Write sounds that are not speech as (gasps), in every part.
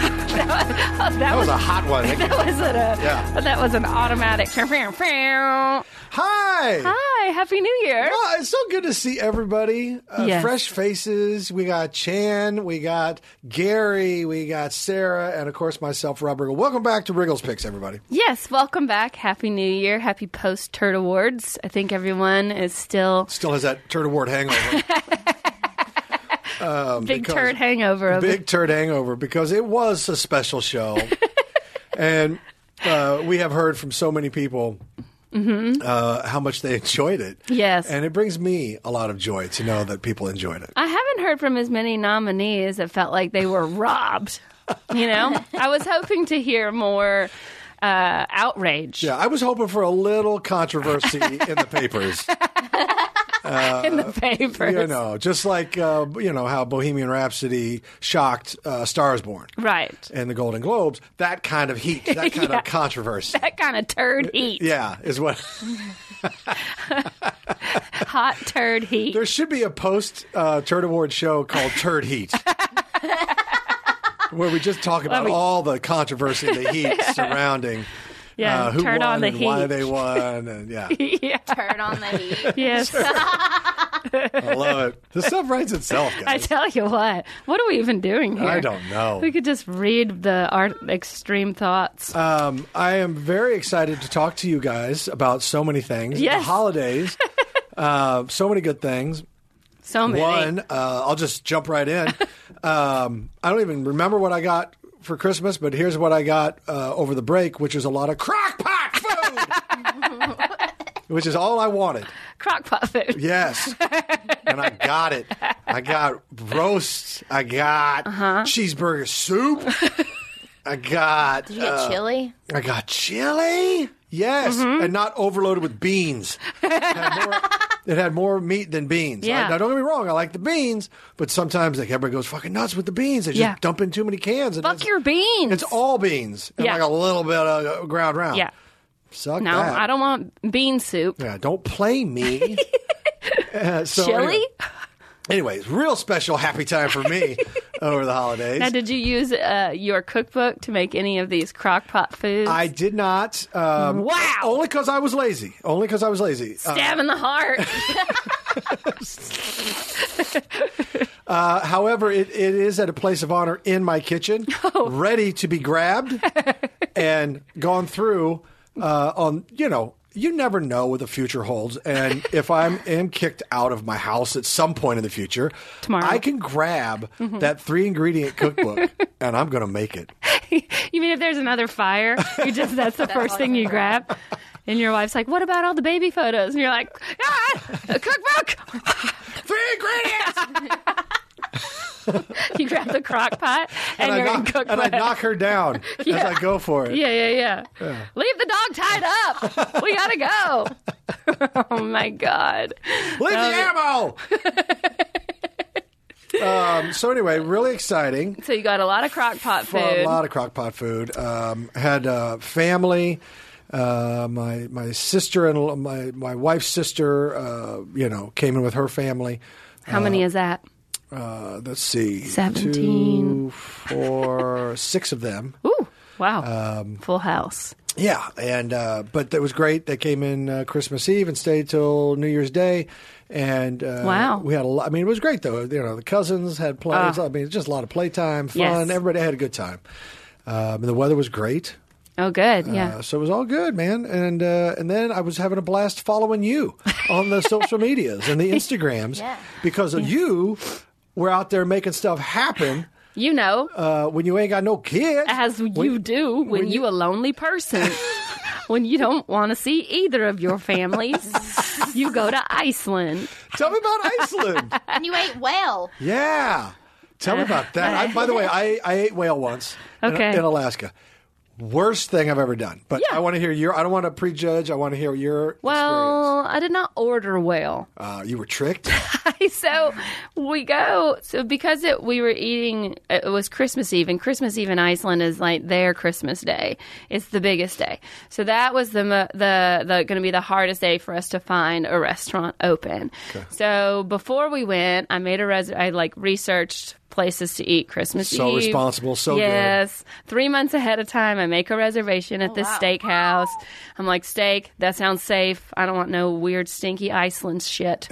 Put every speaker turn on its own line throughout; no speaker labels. that
That was
was
a
(laughs)
hot one.
that was a
Yeah.
that was an automatic. Hi,
Hi.
happy New Year!
Well, it's so good to see everybody. Uh,
Yes.
Fresh faces. We got Chan, we got Gary, we got Sarah, and of course myself, Rob Riggle. Welcome back to Riggles Picks, everybody.
Yes, welcome back. Happy New Year. Happy post Turd Awards. I think everyone is still
Still has that turd
(laughs)
award hangover.
big
Um, because-
turd hangover. Of
Big turd hangover because it was a
(laughs)
special show. and uh, we have heard from so many people uh, how much they enjoyed it.
Mm-hmm. Yes.
And it brings me a lot of joy to know that people enjoyed it.
I haven't heard from as many nominees that felt like they were robbed. You know, I was hoping to hear more uh, outrage
Yeah, I was hoping for a little controversy in the
(laughs)
papers.
in the papers.
You uh, know, just like uh, you know how Bohemian Rhapsody shocked uh, *Stars Born*
Right.
and the Golden Globes. That kind of heat,
(laughs)
that kind
Yeah.
of controversy.
That kind of turd heat.
Yeah, is what (laughs)
Hot turd heat.
there should be a post uh, turd award show called Turd
(laughs)
Heat, where we just talk about
me-
all the controversy and
(laughs)
the heat surrounding
Yeah,
uh, who
turn
won
on the
and why
heat.
they won, and
(laughs) (laughs)
yeah, (laughs)
yeah.
turd on the heat.
Yes.
I love it. The stuff writes itself,
I
guys.
tell you what, what are we even doing here?
I don't know.
We could just read the art extreme thoughts.
Um, I am very excited to talk to you guys about so many things.
Yes.
The holidays, uh, so many good things.
so many.
One, uh, I'll just jump right in. um, I don't even remember what I got for Christmas, but here's what I got uh, over the break, which is a lot of crock pot food, which is all I wanted.
Crockpot food.
Yes. and I got it. I got roasts. I got cheeseburger soup. I got.
Did (laughs) you get
uh,
chili?
I got chili. Yes,
Mm-hmm.
and not overloaded
(laughs)
with beans. It had more, it had more meat than beans.
Yeah.
I- now, don't get me wrong, I like the beans, but sometimes like everybody goes fucking nuts with the beans. They just
Yeah.
dump in too many cans. And
Fuck
it's,
your beans.
It's all beans and
Yeah.
like a little bit of uh, ground round.
Yeah.
Suck
No,
that.
I don't want bean soup.
Yeah, don't play me.
(laughs)
Uh, so
Chili?
anyway- anyways, real special happy time for me
(laughs)
over the holidays.
Now, did you use uh, your cookbook to make any of these crockpot foods?
I did not. Um,
Wow.
Only because I was lazy. Only because I was lazy. Uh,
Stab in the heart. (laughs)
However, it, it is at a place of honor in
(laughs)
my kitchen,
Oh.
ready to be grabbed and gone through uh, on, you know, you never know what the future holds.
(laughs)
And if I'm am kicked out of my house at some point in the future,
Tomorrow. Mm-hmm.
I can grab that three ingredient
(laughs)
cookbook and I'm going to make it.
you mean if there's another fire, you just (laughs) that's the first
all
thing
you
you grab. And your wife's like, "What about all the baby photos?" And you're like, "Ah, a cookbook."
Three ingredients!
(laughs) You grab the crock pot and,
I
you're in
knock,
cookbook.
and I knock her
(laughs)
down as I go for it.
Yeah, yeah, yeah, Leave the dog tied up. we gotta go.
(laughs)
oh my god.
Leave the
(laughs)
ammo! um, so, anyway, really exciting.
So you got a lot of crock pot
for
food.
a lot of crock pot food. Um, had uh, family, uh, my my sister and my my wife's sister, uh, you know, came in with her family.
How many is that?
Uh, let's see,
Seventeen.
two, four, six of them.
Ooh, wow.
um,
Full house.
Yeah, and uh, but that was great. They came in uh, Christmas Eve and stayed till New Year's Day. And uh,
Wow. Ah.
we had a lot. I mean, it was great though. You know, the cousins had plays. I mean, just a lot of playtime, fun.
Yes.
Everybody had a good time. Um, and the weather was great.
Oh, good. Yeah.
Uh, so it was all good, man. And uh, and then I was having a blast following you
(laughs)
on the social medias and the Instagrams
Yeah.
because of you were out there making stuff happen
you know, Uh-huh.
uh, when you ain't got no kids.
as you do when,
when
you,
you- (laughs)
a lonely person. when you don't want to see either of your
(laughs)
families, you go to Iceland.
Tell me about
(laughs)
Iceland.
And you ate whale.
yeah. Tell me about that. I, by the way, I, I ate whale once in-
Okay.
in, Alaska. Worst thing I've ever done. But
Yeah.
I want to hear your, I don't want to prejudge. I want to hear your
Well, I did not order whale.
experience. Uh, you were tricked.
(laughs) so we go so because it we were eating it was christmas eve and christmas eve in iceland is like their christmas day it's the biggest day so that was the mo- the, the going to be the hardest day for us to find a restaurant open so before we went i made a res i like researched places to eat christmas
So
eve
responsible, so good.
yes three months ahead of time i make a reservation at this
wow.
steakhouse i'm like steak that sounds safe i don't want no weird stinky iceland shit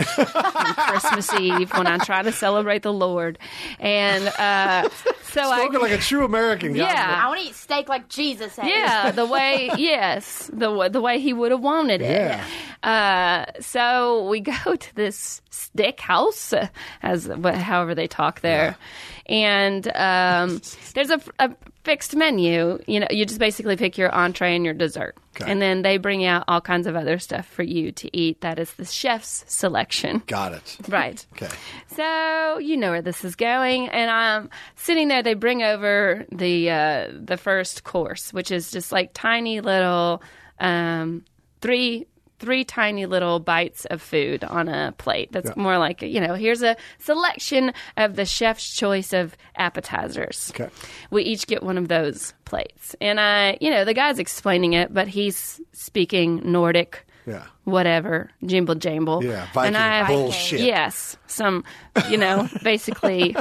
Christmas Eve when I try to celebrate the Lord. And uh, so I.
Spoken like a true American. guy.
Yeah.
I want to eat steak like Jesus ate. (laughs)
yeah, the way yes, the wa- the way he would have wanted it.
Yeah.
Uh, so we go (laughs) to this stick house, uh, as wha- however they talk there, and um, there's a, a fixed menu. You know, you just basically pick your entree and your dessert,
Okay.
and then they bring out all kinds of other stuff for you to eat. That is the chef's selection.
Got it.
Right.
Okay.
So you know where this is going, and I'm sitting there. They bring over the uh, the first course, which is just like tiny little um, three three tiny little bites of food on a plate. That's more like you know here's a selection of the chef's choice of appetizers.
Okay.
We each get one of those plates, and I you know the guy's explaining it, but he's speaking Nordic.
Yeah.
Whatever, jimble jamble.
Yeah. Viking
and I
bullshit.
Yes, some, you know,
(laughs)
basically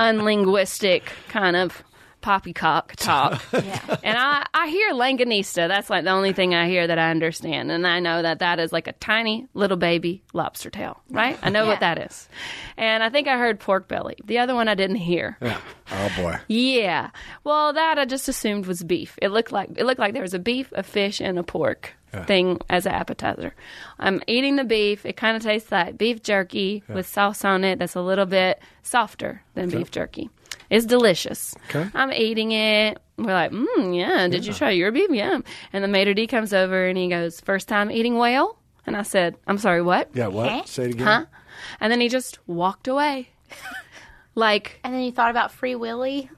unlinguistic kind of poppycock
(laughs)
talk.
Yeah.
And I, I hear langanista. That's like the only thing I hear that I understand. And I know that that is like a tiny little baby lobster tail, right? I know what
Yeah.
that is. And I think I heard pork belly. The other one I didn't hear.
Yeah. Oh, boy.
Yeah. Well, that I just assumed was beef. It looked like it looked like there was a beef, a fish, and a pork thing as an appetizer. I'm eating the beef. It kind of tastes like beef jerky with sauce on it that's a little bit softer than beef jerky. It's delicious.
Okay.
I'm eating it. We're like, mm, yeah. Did you try your beef? Yeah. And the maitre d comes over and he goes, first time eating whale. And I said, I'm sorry, what?
Yeah. What?
Okay.
Say it again.
Huh? And then he just walked away, (laughs) like
And then you thought about Free Willy.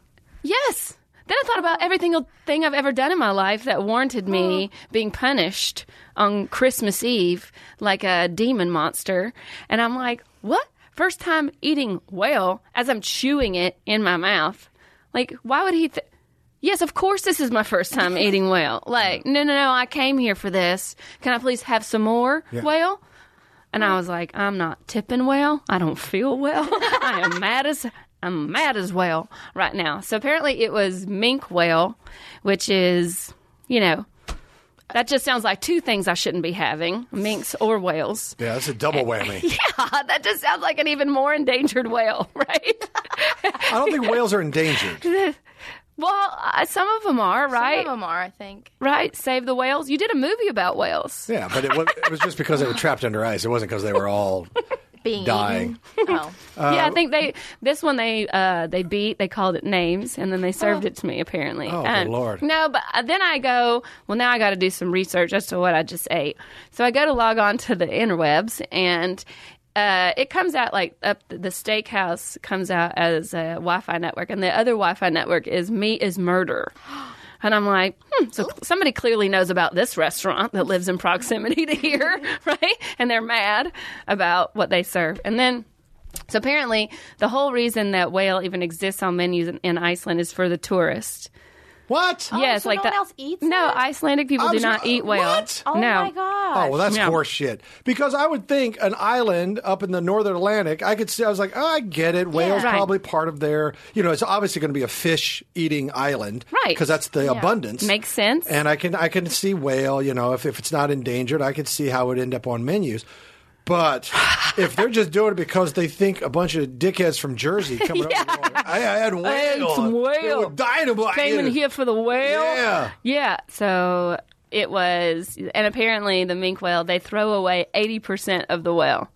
Yes. Then I thought about every single thing I've ever done in my life that warranted me being punished on Christmas Eve like a demon monster. And I'm like, what? First time eating whale as I'm chewing it in my mouth. Like, why would he? Th- yes, of course, this is my first time eating whale. Like, no, no, no, I came here for this. Can I please have some more whale? And I was like, I'm not tipping well. I don't feel well. (laughs) I am mad as I'm mad as well right now. So apparently it was mink whale, which is, you know, that just sounds like two things I shouldn't be having, minks or whales. (laughs)
Yeah. That's a double whammy.
Yeah, that just sounds like an even more endangered whale, (laughs) right?
I don't think whales
(laughs)
are endangered.
well, uh, some of them are, right?
Some of them are, I think.
Right? Save the whales. You did a movie about whales.
Yeah, but it was, it was just because they were trapped under ice. It wasn't because they were
(laughs)
all.
Being
Dying.
eaten. (laughs) Oh.
Uh,
yeah, I think they this one they uh, they beat. They called it names, and then they served it to me. Apparently, Um,
Oh, good Lord.
No, but uh, then I go. Well, now I got to do some research as to what I just ate. So I go to log on to the interwebs, and uh, it comes out like up the steakhouse comes out as a Wi-Fi network, and the other Wi-Fi network is meat is
(gasps)
murder. And I'm like, hmm, so somebody clearly knows about this restaurant that lives in proximity to here, (laughs) right? And they're mad about what they serve. And then so apparently, the whole reason that whale even exists on menus in, in Iceland is for the tourists.
What?
yes,
Oh, so
like
no
the,
one else eats
No,
it?
Icelandic people
I
do
was-
not eat whale.
what?
Oh
no.
my gosh.
Oh well, that's
Yeah.
horseshit. Because I would think an island up in the northern Atlantic, I could see. I was like, oh, I get it. Whales
Right.
probably part of their. You know, it's obviously going to be a fish eating island,
Right.
Because that's the abundance.
Makes sense.
And I can I can see whale. You know, if if it's not endangered, I could see how it would end up on menus.
(laughs)
But if they're just doing it because they think a bunch of dickheads
(laughs)
from Jersey coming up, and going, I, I had whale.
had some whale.
They were dynamite.
Came in here for the whale.
Yeah.
Yeah. So it was, and apparently the mink whale, they throw away 80% of the whale.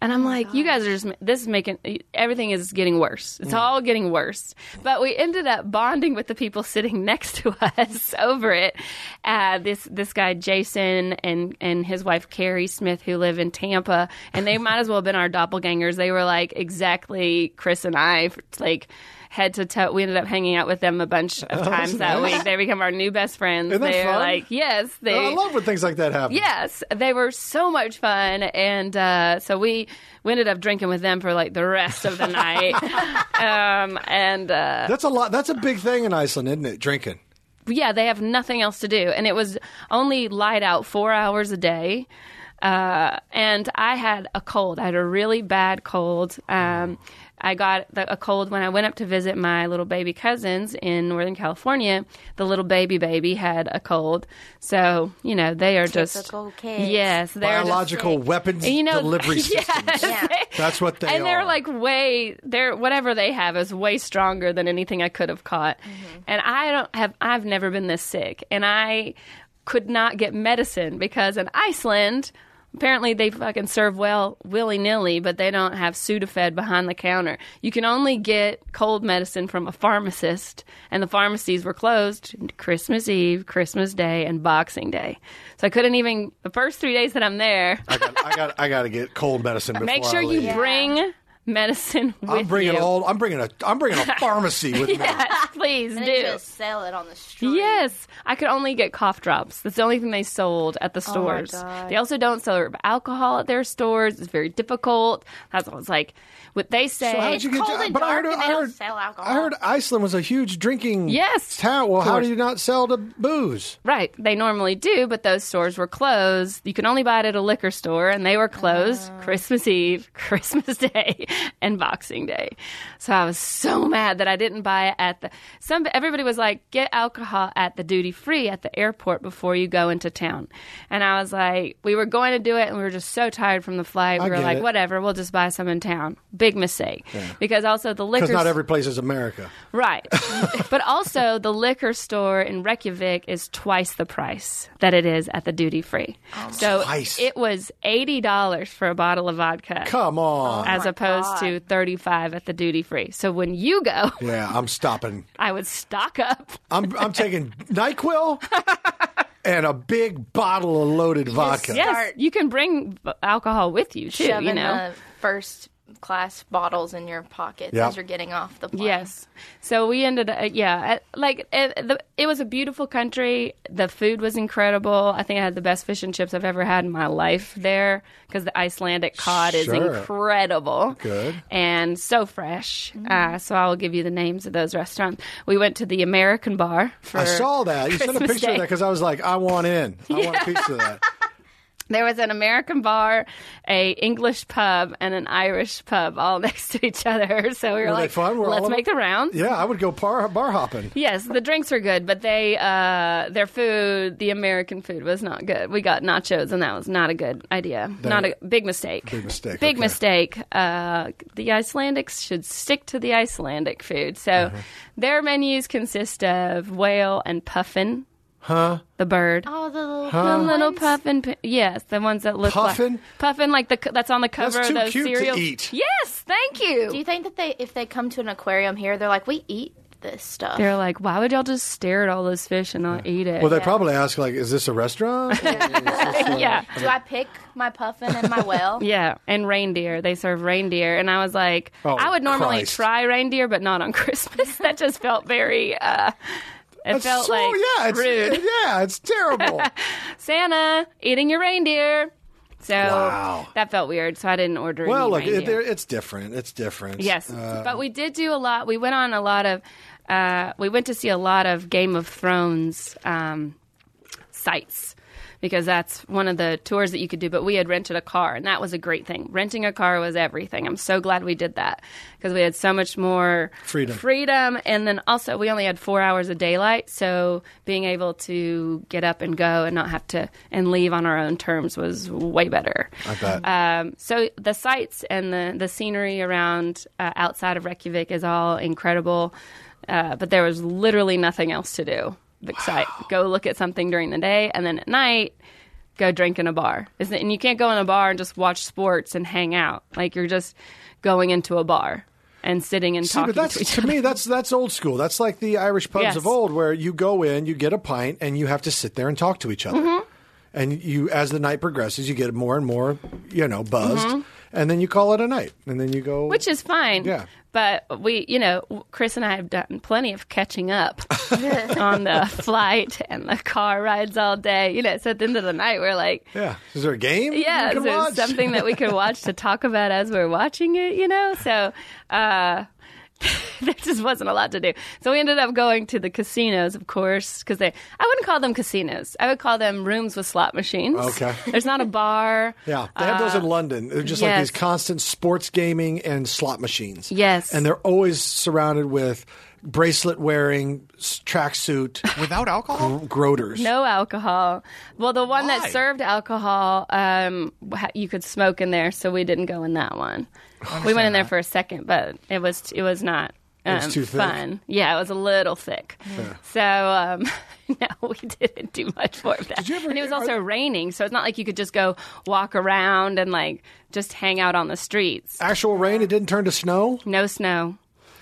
And
Oh
I'm like, you guys are just, this is making, everything is getting worse.
Mm.
It's all getting worse. But we ended up bonding with the people sitting (laughs) next to us (laughs) over it. Uh, this, this guy, Jason, and, and his wife, Carrie Smith, who live in Tampa. And they might as well have been our doppelgangers. They were like exactly Chris and I, like, head to toe. We ended up hanging out with them a bunch
(laughs)
of times that week. They become our new best friends.
Oh, Isn't that
they are
fun?
like, yes, they.
I love when things like that happen.
Yes, they were so much fun, and uh, so we we ended up drinking with them for like the rest of the
(laughs)
night. um, and uh,
That's a lot. That's a big thing in Iceland, isn't it? Drinking.
yeah, they have nothing else to do, and it was only light out four hours a day. Uh, and I had a cold. I had a really bad cold. Um, I got the, a cold when I went up to visit my little baby cousins in Northern California. The little baby baby had a cold, so you know they are just
Typical kids.
Yes, they're just-
Biological weapons (laughs)
you know, (laughs)
delivery
yes.
system. That's what (laughs) they
and
are.
they're like way they're whatever they have is way stronger than anything I could have caught. And I don't have I've never been this sick and I could not get medicine because in Iceland apparently they fucking serve well willy-nilly but they don't have Sudafed behind the counter. You can only get cold medicine from a pharmacist and the pharmacies were closed Christmas Eve, Christmas Day and Boxing Day. So I couldn't even the first 3 days that I'm there
I got, I got, I got to get cold medicine.
(laughs)
Before
Make
I
sure you
leave.
bring medicine with
I'm bringing
you.
all. I'm bringing a. I'm bringing a pharmacy with me.
(laughs) Please
And
do.
they just sell it on the street.
Yes, I could only get cough drops. That's the only thing they sold at the stores.
Oh God.
They also don't sell alcohol at their stores. It's very difficult. That's what it's like. What they say.
So how did
It's
you get?
cold
to-
and
but I
dark
heard,
and they
I
don't
heard,
sell alcohol.
I heard Iceland was a huge drinking
Yes,
town. Well,
of
how
course.
do you not sell to booze?
Right, they normally do, but those stores were closed. You can only buy it at a liquor store, and they were closed
Oh.
Christmas Eve, (laughs) Christmas Day, and Boxing Day. So I was so mad that I didn't buy it at the. Some everybody was like, "Get alcohol at the duty free at the airport before you go into town," and I was like, "We were going to do it, and we were just so tired from the flight.
I
We were
get
like,
it.
whatever, we'll just buy some in town." Big mistake, because also the liquor
Because not every place is America.
Right. (laughs) but also, the liquor store in Reykjavik is twice the price that it is at the duty free.
Oh
so
Twice.
it was $80 for a bottle of vodka
Come on.
as opposed to 35 at the duty free. So when you
(laughs)
go,
yeah, I'm stopping.
I would stock up.
I'm I'm taking (laughs) Nyquil
(laughs)
and a big bottle of loaded vodka.
Yes,
Start-
you can bring v- alcohol with you too,
shoving
you
uh,
know.
the first class bottles in your pockets
Yep.
as you're getting off the plane.
Yes. So we ended up, yeah, I- like it, the, it was a beautiful country. The food was incredible. I think I had the best fish and chips I've ever had in my life there because the Icelandic cod is
Sure.
incredible.
Good.
And so fresh. Uh, so I will give you the names of those restaurants. We went to the American Bar for.
I saw that. You sent a
Christmas
picture of
Day.
that because I was like, I want in. I want a piece of that.
There was an American bar, a English pub, and an Irish pub all (laughs) next to each other. So we were,
Were they
like,
fun? Were all
let's
of
make the
them-
round.
Yeah, I would go bar, bar hopping.
Yes, the drinks were good, but they uh, their food, the American food, was not good. We got nachos, and that was not a good idea. not a big mistake.
Big mistake,
Big
okay.
mistake. Uh, the Icelandics should stick to the Icelandic food. So
Uh-huh.
their menus consist of whale and puffin. Huh? The bird.
Oh, the little,
The
ones.
little puffin, pi- yes, the ones that look
Puffin?
like puffin, like the c- that's on the cover of
That's too
those
cute to
cereals.
eat.
Yes, thank you.
Do you think that they, if they come to an aquarium here, they're like, we eat this stuff?
They're like, why would y'all just stare at all those fish and not eat it?
Well, they probably ask like, "Is this a restaurant?"
(laughs) yeah.
Do I pick my puffin and my whale?
Yeah, and reindeer. They serve reindeer, and I was like,
Oh,
I would normally
Christ.
try reindeer, but not on (laughs) Christmas. that just felt very. Uh, it felt
so,
like
yeah, it's, (laughs)
rude.
Yeah, it's terrible.
Santa eating your reindeer. So
Wow.
that felt weird. So I didn't order.
well,
any
look, it,
reindeer.
there- it's different. It's different.
Yes,
Uh,
but we did do a lot. We went on a lot of. Uh, we went to see a lot of Game of Thrones um, sites because that's one of the tours that you could do. But we had rented a car, and that was a great thing. Renting a car was everything. I'm so glad we did that because we had so much more
Freedom.
Freedom, and then also we only had four hours of daylight, so being able to get up and go and not have to and leave on our own terms was way better.
I bet.
Um, so the sights and the, the scenery around uh, outside of Reykjavik is all incredible, uh, but there was literally nothing else to do. Besides, go look at something during the day, and then at night, go drink in a bar. Isn't and you can't go in a bar and just watch sports and hang out. Like you're just going into a bar and sitting and
See,
talking
but that's
to each
to
other.
me that's that's old school. That's like the Irish pubs
Yes.
of old, where you go in, you get a pint, and you have to sit there and talk to each other.
Mm-hmm.
And you, as the night progresses, you get more and more, you know, buzzed, and then you call it a night, and then you go.
Mm-hmm. which is fine.
Yeah.
But we, you know, w- Chris and I have done plenty of catching up on the flight and the car rides all day. You know, so at the end of the night, we're like,
yeah, is there a game? you
yeah,
can
is there
watch?
something that we could watch to talk about as we're watching it, you know? So, uh, (laughs) there just wasn't a lot to do. So we ended up going to the casinos, of course, because they, I wouldn't call them casinos. I would call them rooms with slot machines.
Okay.
There's not a bar.
Yeah, they have those in London. They're just like
Uh, yes.
these constant sports gaming and slot machines.
Yes.
and they're always surrounded with bracelet wearing tracksuit (laughs)
Without alcohol?
groters.
No alcohol. Well, the one
Why?
that served alcohol, um, ha- you could smoke in there, so we didn't go in that one. We went in there for a second, but it was it was not. Um,
was too thick.
Fun. Yeah, it was a little thick. So um, (laughs) no, we didn't do much more of that.
you ever-
and it was
are-
also raining, so it's not like you could just go walk around and like just hang out on the streets.
Actual rain. It didn't turn to snow.
No snow.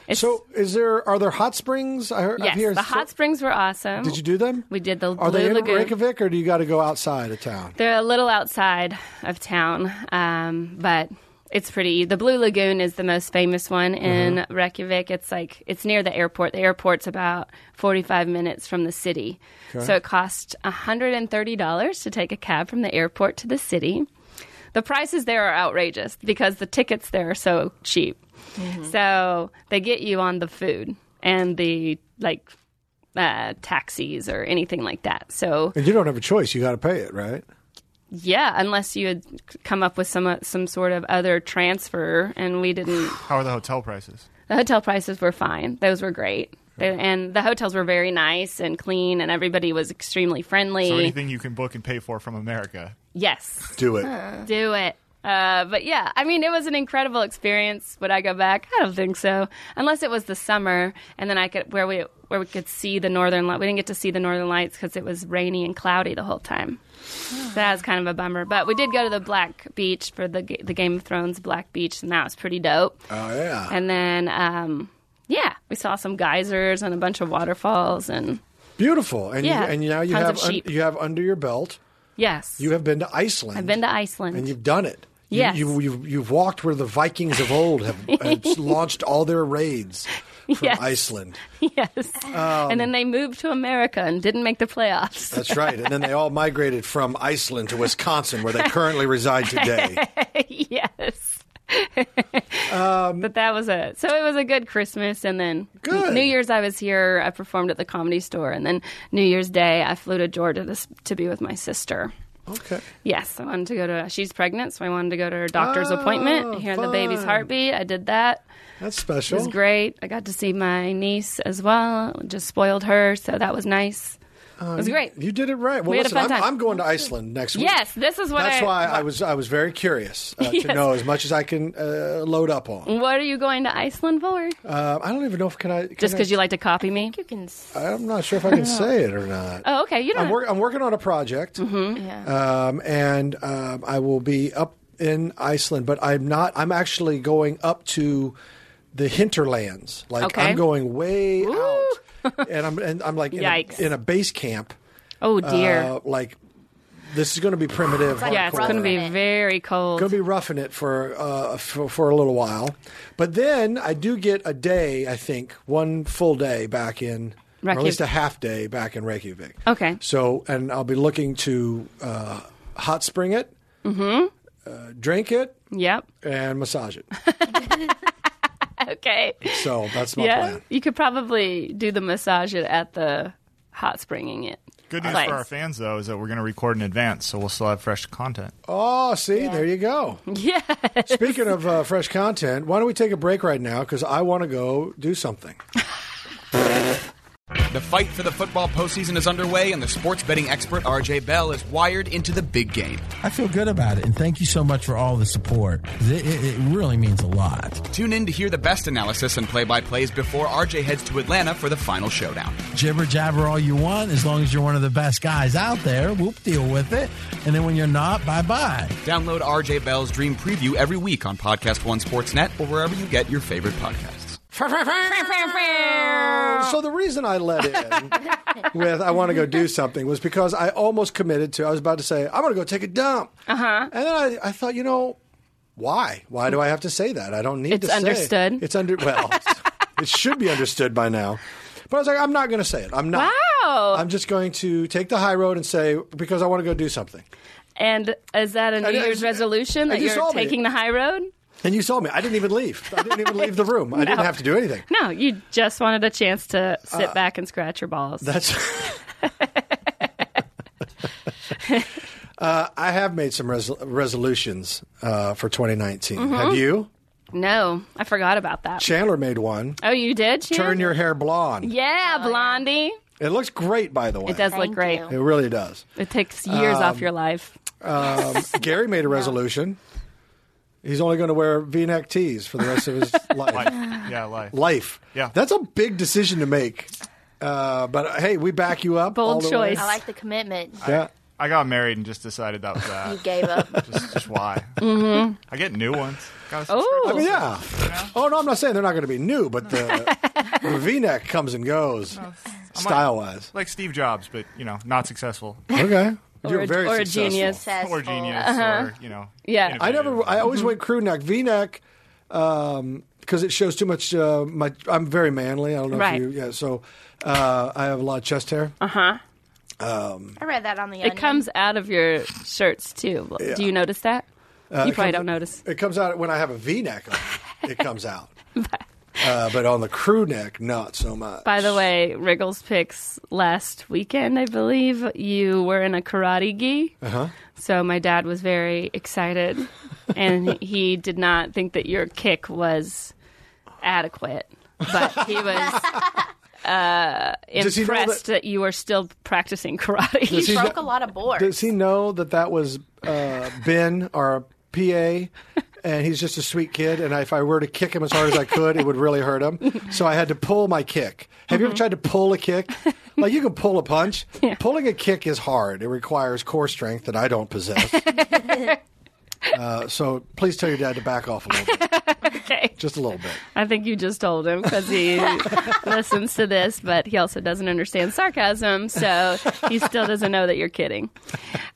It's,
So, is there are there hot springs? I heard
yes,
I hear
the hot springs were awesome.
Did you do them?
We did the
Are
Blue
they in
Lagoon.
Reykjavik or do you got to go outside of town?
They're a little outside of town, um, but it's pretty. The Blue Lagoon is the most famous one in Reykjavik. It's like it's near the airport. The airport's about forty-five minutes from the city, so it costs hundred and thirty dollars to take a cab from the airport to the city. The prices there are outrageous because the tickets there are so cheap. So they get you on the food and the like uh, taxis or anything like that. So
And you don't have a choice. You got to pay it, right?
yeah, unless you had come up with some uh, some sort of other transfer, and we didn't.
How are the hotel prices?
The hotel prices were fine; those were great, They- and the hotels were very nice and clean, and everybody was extremely friendly.
So anything you can book and pay for from America.
yes,
Do it.
do it. Uh, but yeah, I mean, it was an incredible experience. Would I go back? I don't think so, unless it was the summer, and then I could where we where we could see the northern light. We didn't get to see the northern lights because it was rainy and cloudy the whole time. So that was kind of a bummer. But we did go to the Black Beach for the Ga- the Game of Thrones Black Beach, and that was pretty dope.
oh yeah.
And then, um, yeah, we saw some geysers and a bunch of waterfalls, and
Beautiful. And
Yeah.
you, and now you
Tons
have
of
un-
sheep.
you have under your belt.
yes,
You have been to Iceland.
I've been to Iceland.
and you've done it. You-
Yes.
You, you've, you've walked where the Vikings of old
(laughs)
have, have launched all their raids from
Yes.
Iceland.
(laughs) yes,
Um.
and then they moved to America and didn't make the playoffs.
That's right. And then they all migrated from Iceland to Wisconsin, where they currently reside
(laughs)
today.
yes. but that was it. So it was a good Christmas, and then
Um, Good.
New Year's I was here. I performed at the Comedy Store, and then New Year's Day I flew to Georgia to, to be with my sister.
Okay.
Yes, I wanted to go to. She's pregnant, so I wanted to go to her doctor's appointment. Hear the baby's
Oh, fun.
heartbeat. I did that.
That's
It
special.
was great. I got to see my niece as well. Just spoiled her, so that was nice. it was great.
Uh, You did it right. Well,
We had a
listen,
fun
I'm,
time.
I'm going to Iceland next week.
Yes, this is what.
That's
I,
why I was I was very curious uh,
(laughs)
to
Yes.
know as much as I can uh, load up on.
What are you going to Iceland for?
Uh, I don't even know if can I can
Just
I-
because you like to copy me?
You can. s-
I'm not sure if I can say it or not.
Oh, okay. You don't.
I'm, work, I'm working on a project,
(laughs)
Mm-hmm.
Yeah.
um, and um, I will be up in Iceland, but I'm not. I'm actually going up to the hinterlands. Like
Okay.
I'm going
(laughs)
way out, and I'm and I'm like in a,
Yikes.
in a base camp.
oh dear.
Uh, like this is going to be primitive.
like
yeah, it's
cold.
going to be
Rough.
very cold.
going to be roughing it for, uh, for for a little while, but then I do get a day. I think one full day back in, or at
Reykjavik.
least a half day back in Reykjavik.
Okay.
So, and I'll be looking to uh, hot spring it, mm-hmm. uh, drink it,
Yep.
and
(laughs)
massage it.
Okay.
So that's my
yeah,
plan.
you could probably do the massage it at the hot springing it.
Good news
Nice.
for our fans though is that we're going to record in advance, so we'll still have fresh content.
Oh, see, there you go.
Yeah.
Speaking of uh, fresh content, why don't we take a break right now? Because I want to go do something.
The fight for the football postseason is underway, and the sports betting expert RJ Bell is wired into the big game.
I feel good about it, and thank you so much for all the support. 'cause It, it, it really means a lot.
Tune in to hear the best analysis and play by plays before RJ heads to Atlanta for the final showdown.
Jibber jabber all you want, as long as you're one of the best guys out there. Whoop, deal with it. And then when you're not, bye bye.
Download RJ Bell's Dream Preview every week on Podcast One Sportsnet or wherever you get your favorite podcasts.
So the reason I
(laughs)
let in with I want to go do something was because I almost committed to. I was about to say I'm going to go take a dump, uh-huh. and then I, I thought, you know, why? Why do I have to say that? I don't need
It's
to. say-
understood.
It's under.
(laughs)
Well, it should be understood by now. But I was like, I'm not going to say it. I'm not.
Wow.
I'm just going to take the high road and say because I want to go do something.
And is that a New
I just-
Year's resolution
I
that
just
you're
saw me.
taking the high road?
And you saw me. I didn't even leave. I didn't even leave the room. I didn't have to do anything.
No, you just wanted a chance to sit
Uh,
back and scratch your balls. (laughs)
That's. uh, I have made some res- resolutions uh, for 2019.
Mm-hmm.
Have you?
no, I forgot about that.
Chandler made one.
oh, you did? Shan?
Turn your hair blonde.
Yeah, Blondie.
It looks great, by the way.
It does
Thank
look great.
you.
It
(laughs)
really does.
It takes years off your life.
Um, Gary made a resolution. He's only going to wear V-neck tees for the rest of
(laughs)
his
(sighs)
Life.
life.
Yeah, life.
life.
Yeah.
That's a big decision to make. Uh, but uh, hey, we back you up.
Bold
all the way.
choice.
I like the commitment.
Yeah.
I got married and just decided that was
Uh,
(laughs)
You
that.
(laughs)
gave up.
just, just why? Mm-hmm. I get new ones. Got a
Oh.
subscription.
I mean, yeah. Oh no, I'm not saying they're not going to be new, but the, the V-neck comes and goes,
(laughs)
style-wise.
Like Steve Jobs, but you know, not successful
Okay,
Or a- or a genius.
Successful.
(laughs) or
"Oh,
genius
uh,
or you know.
Uh-huh. Yeah.
innovative.
I never. I always went crew neck, V-neck, um, because it shows too much. Uh, my, I'm very manly. I don't know
Right. Uh.
if you. Yeah. So uh, I have a lot of chest hair.
I read that on the. Onion.
It comes out of your shirts too. Do you notice that? you probably don't notice.
Uh, It comes out when I have a V-neck. on. It
(laughs)
comes out. Uh, but on the crew neck, not so much.
By the way, Wriggles Picks last weekend, I believe, you were in a karate gi. Uh-huh. So my dad was very excited,
(laughs)
and he did not think that your kick was adequate. But he was
(laughs)
uh,
Does he know
impressed that-, you were still practicing karate.
He
Does he
broke
know-
a lot of boards.
Does he know that that was uh, Ben, our PA, and he's just a sweet kid? And if I were to kick him as hard as I could, it would really hurt him. So I had to pull my kick. Have you ever tried to pull a kick? Like you can pull a punch. Pulling a kick is hard. It requires core strength that I don't possess. uh, so please tell your dad to back off a little bit,
okay.
just a little bit.
I think you just told him because he listens to this, but he also doesn't understand sarcasm, so he still doesn't know that you're kidding.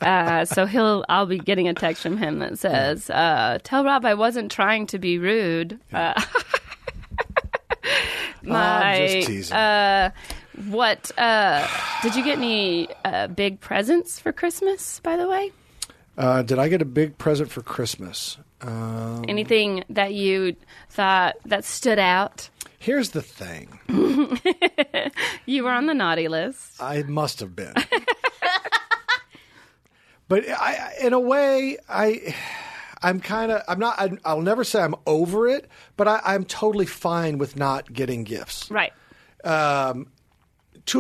Uh, so he'll, I'll be getting a text from him that says, uh, "Tell Rob I wasn't trying to be rude." Uh,
I'm just
my,
teasing.
what uh, did you get any uh, big presents for Christmas? By the way,
uh, did I get a big present for Christmas? Uh,
anything that you thought that stood out?
Here's the thing.
You were on the naughty list.
I must have been. but I, I- in a way, I, I'm kind of, I'm not, I, I'll never say I'm over it, but I, I'm totally fine with not getting gifts
Right.
to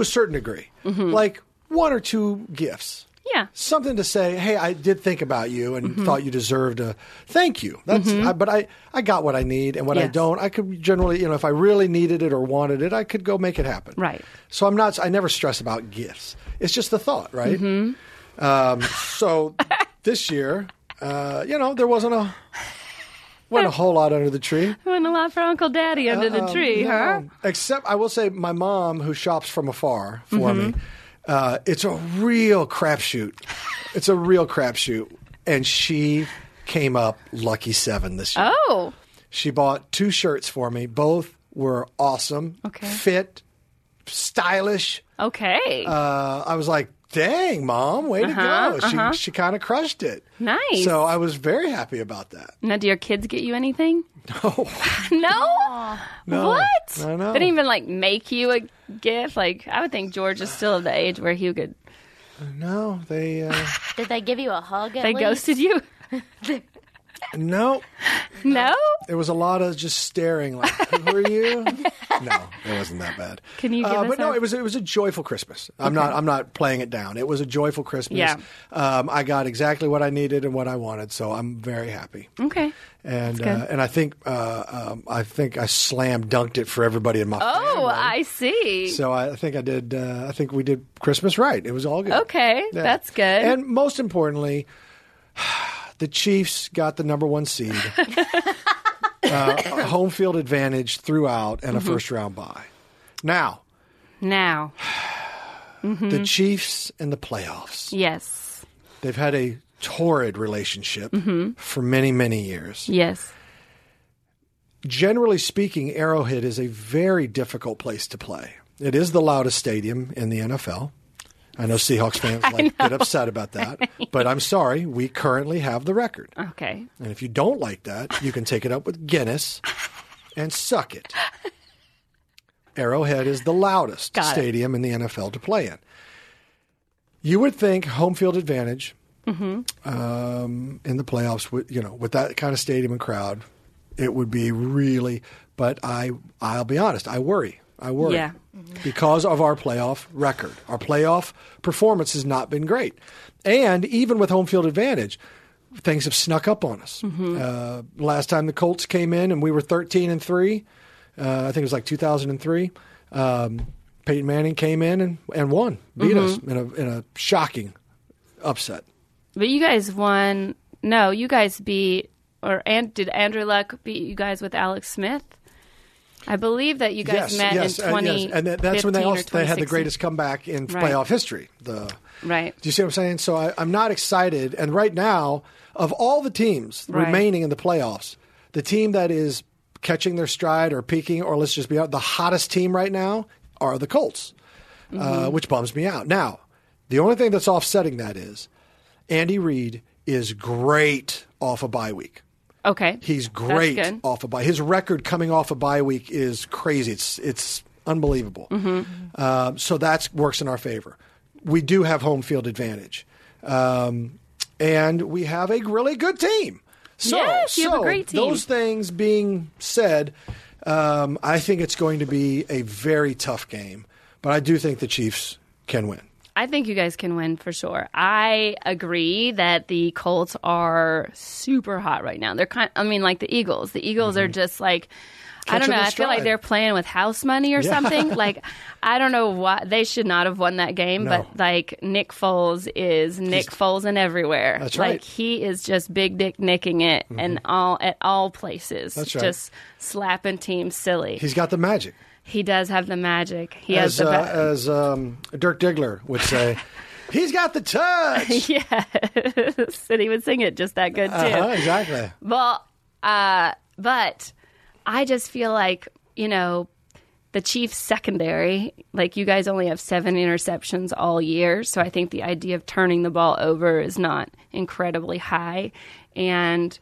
a certain degree. Like one or two gifts.
Yeah. Mm-hmm.
Something to say, hey, I did think about you and thought you deserved a thank you. That's, I, but I, I got what I need, and what I
Yes.
don't, I could generally, you know, if I really needed it or wanted it, I could go make it happen.
Right.
So I'm not, I never stress about gifts. It's just the thought, right?
Mm-hmm.
Um, so
(laughs)
this year, uh, you know, there wasn't a, wasn't a whole lot under the tree.
Doing a lot for Uncle Daddy under the tree, huh?
Um, Except I will say, my mom, who shops from afar for
Mm-hmm.
me, uh, it's a real crapshoot. It's a real crapshoot, and she came up lucky seven this year.
Oh,
She bought two shirts for me. Both were awesome,
Okay.
fit, stylish.
okay.
Uh, I was like, "Dang, mom, way to go!" She she kind of crushed it.
Uh-huh, Nice.
So I was very happy about that.
now, do your kids get you anything?
(laughs)
No. no?
No.
What?
I know.
They didn't even like make you a gift. Like, I would think George is still of the age where he could.
No, they. Uh,
Did they give you a hug? At
They
(laughs) least?
ghosted you.
No,
No?
it was a lot of just staring. Like, who are you? no, it wasn't that bad.
Can you give
uh,
us
But no,
a-
it was it was a joyful Christmas. I'm not I'm not playing it down. It was a joyful Christmas.
Yeah.
Um, I got exactly what I needed and what I wanted, so I'm very happy.
Okay.
And
good.
uh, and I think uh, um, I think I slam dunked it for everybody in my family.
Oh, I see.
So I I think I did. Uh, I think we did Christmas right. It was all good.
Okay, that's good.
And most importantly, (sighs) the Chiefs got the number
(laughs)
one seed, uh, home field advantage throughout, and a
Mm-hmm.
first round bye. Now
now, Mm-hmm.
the Chiefs and the playoffs.
yes.
They've had a torrid relationship
Mm-hmm.
for many many years.
Yes.
generally speaking, Arrowhead is a very difficult place to play. It is the loudest stadium in the NFL. I know Seahawks
(laughs)
fans like get upset about that, but I'm sorry, we currently have the record.
Okay.
And if you don't like that, you can take it up with Guinness and suck it. Arrowhead is the loudest
Got it.
stadium in the NFL to play in. You would think home field advantage um, in the playoffs, with you know, with that kind of stadium and crowd, it would be really. But I, I'll be honest, I worry. I worry
Yeah.
because of our playoff record. Our playoff performance has not been great. And even with home field advantage, things have snuck up on us. Uh, last time the Colts came in and we were 13 and 3, uh, I think it was like 2003. Um, Peyton Manning came in and, and won, beat us in a, in a shocking upset.
But you guys won. No, you guys beat, or and did Andrew Luck beat you guys with Alex Smith? I believe that you guys met in
and,
20.
yes. and that- that's when they
15 or
also they had
2016.
the greatest comeback in
Right.
playoff history. The
Right.
Do you see what I'm saying? So I, I'm not excited. And right now, of all the teams
Right.
remaining in the playoffs, the team that is catching their stride or peaking, or let's just be out, the hottest team right now are the Colts,
Mm-hmm.
uh, which bums me out. Now, the only thing that's offsetting that is Andy Reid is great off a bye week.
Okay.
He's
That's
great
good.
off a bye. His record coming off a bye week is crazy. It's it's unbelievable.
Mm-hmm.
Um, so that works in our favor. We do have home field advantage, um, and we have a really good team. So,
Yes, you have a
so
great team.
Those things being said, um, I think it's going to be a very tough game, but I do think the Chiefs can win.
I think you guys can win for sure. I agree that the Colts are super hot right now. They're kind. I mean, like the Eagles. The Eagles
Mm-hmm.
are just like. I don't
Catching
know.
their
I feel like
stride.
they're playing with house money or
(laughs)
something. like, I don't know why they should not have won that game, but like Nick Foles is Nick Foles and everywhere.
That's
like
right. Mm-hmm.
he is just big dick nicking it and all at all places.
That's right.
Just slapping teams silly.
He's got the magic,
he does have the magic. He has
as
the
uh,
ba-
as um, Dirk Diggler would say. He's got the touch.
(laughs) (laughs) and he would sing it just that good too.
Uh-huh, exactly.
Well, uh, but I just feel like you know the Chiefs' secondary. Like you guys only have seven interceptions all year, so I think the idea of turning the ball over is not incredibly high, and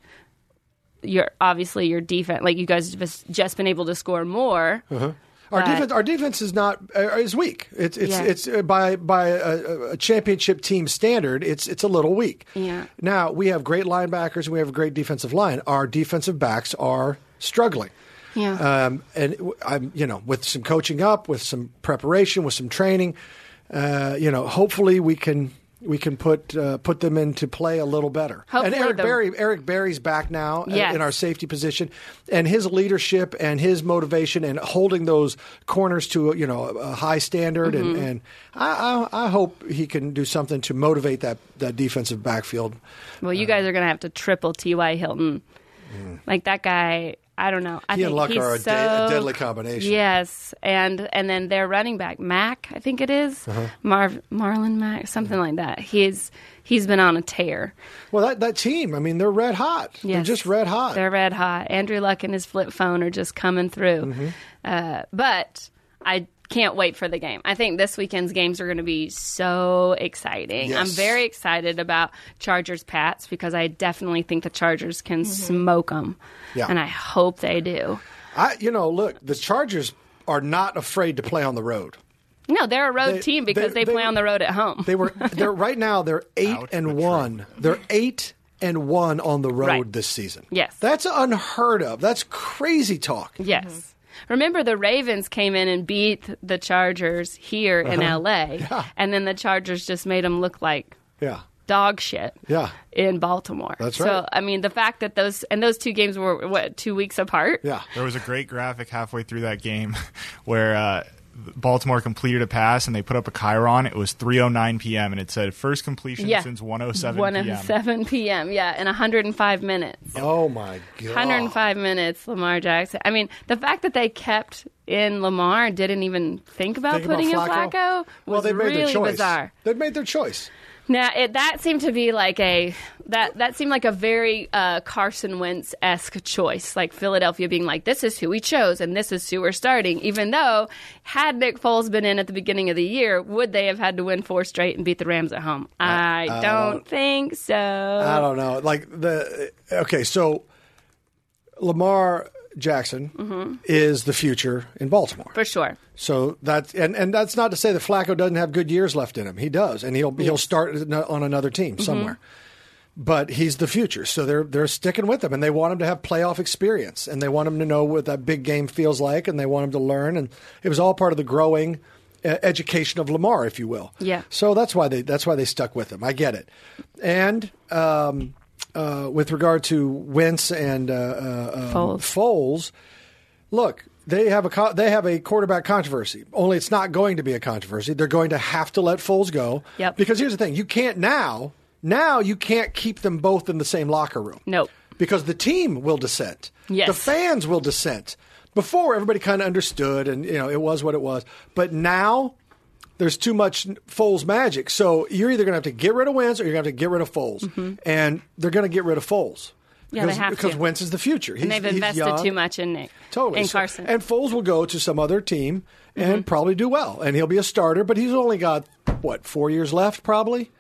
you're obviously your defense. Like you guys have just- just been able to score more.
Uh-huh. Our
But-
defense, our defense is not uh, is weak. It's it's
Yeah.
it's uh, by by a, a championship team standard. It's it's a little weak.
Yeah.
Now we have great linebackers and we have a great defensive line. Our defensive backs are struggling.
Yeah.
Um, and w- I'm you know with some coaching up, with some preparation, with some training, uh, you know, hopefully we can. We can put uh, put them into play a little better. and
Hopefully
Eric
the-
Berry, Eric Berry's back now uh,
Yes.
in our safety position, and his leadership and his motivation and holding those corners to you know a high standard, and,
Mm-hmm.
and I, I, I hope he can do something to motivate that that defensive backfield.
Well,
uh,
you guys are going to have to triple T.Y. Hilton. Like that guy, I don't know. I
mm. He
think
and Luck
he's
are a,
so,
de- a deadly combination.
Yes, and and then their running back Mac, I think it is,
Uh-huh.
Marv Marlon Mack, something like that. He's he's been on a tear.
Well, that that team, I mean, they're red hot. They're
Yes.
just red hot.
They're red hot. Andrew Luck and his flip phone are just coming through.
Mm-hmm.
Uh, but I can't wait for the game. I think this weekend's games are going to be so exciting. I'm
Yes.
very excited about Chargers Pats because I definitely think the Chargers can smoke 'em. smoke them.
Mm-hmm. Yeah.
And I hope they do.
I, you know, look, the Chargers are not afraid to play on the road.
No, they're a road
They-
team because
they-
they, (laughs)
they-
play on the road at home.
They were they're right now they're eight and one. They're eight and one on the road
Mm-hmm. Right.
this season.
Yes.
That's unheard of. That's crazy talk.
Yes. Mm-hmm. Remember, the Ravens came in and beat the Chargers here in
Uh-huh.
LA, and then the Chargers just made them look like
Yeah.
dog shit
Yeah.
in Baltimore.
That's right.
So, I mean, the fact that those and those two games were what two weeks apart.
Yeah.
There was a great graphic halfway through that game (laughs) where uh, Baltimore completed a pass and they put up a Chiron. It was 3:09 p.m. and it said first completion
Yeah.
since 107
One
p.m.
and seven p.m. Yeah, in 105 minutes.
Oh my god.
105 minutes, Lamar Jackson. I mean, the fact that they kept in Lamar and didn't even think about
Think about
putting in Flacco
well,
was
they made their
really
choice.
bizarre.
They made their choice.
Now it, that seemed to be like a that that seemed like a very uh, Carson Wentz esque choice, like Philadelphia being like, "This is who we chose, and this is who we're starting." Even though, had Nick Foles been in at the beginning of the year, would they have had to win four straight and beat the Rams at home? I, don't think so.
I don't know. Like the okay, so Lamar Jackson
Mm-hmm.
is the future in Baltimore.
For sure.
So that's and, and that's not to say that Flacco doesn't have good years left in him. He does, and he'll he'll start in- on another team
Mm-hmm.
somewhere. But he's the future, so they're they're sticking with him, and they want him to have playoff experience, and they want him to know what that big game feels like, and they want him to learn, and it was all part of the growing uh, education of Lamar, if you will.
Yeah.
So that's why they that's why they stuck with him. I get it. And um, uh, with regard to Wentz and uh, uh, um,
Foles.
Foles, look, they have a co- they have a quarterback controversy. Only it's not going to be a controversy. They're going to have to let Foles go.
Yep.
Because here's the thing: you can't now. Now you can't keep them both in the same locker room.
Nope.
Because the team will dissent.
Yes.
The fans will dissent. Before everybody kind of understood, and you know it was what it was. But now there's too much Foles magic. So you're either going to have to get rid of Wentz or you're going to have to get rid of Foles, and they're going to get rid of Foles.
Mm-hmm. Yeah, they
because,
have to.
because Wentz is the future.
And
He's-
they've
he's
invested
young.
too much in Nick.
Totally.
In
So-
Carson. Mm-hmm.
and Foles will go to some other team and probably do well. And he'll be a starter, but he's only got, what, four years left probably?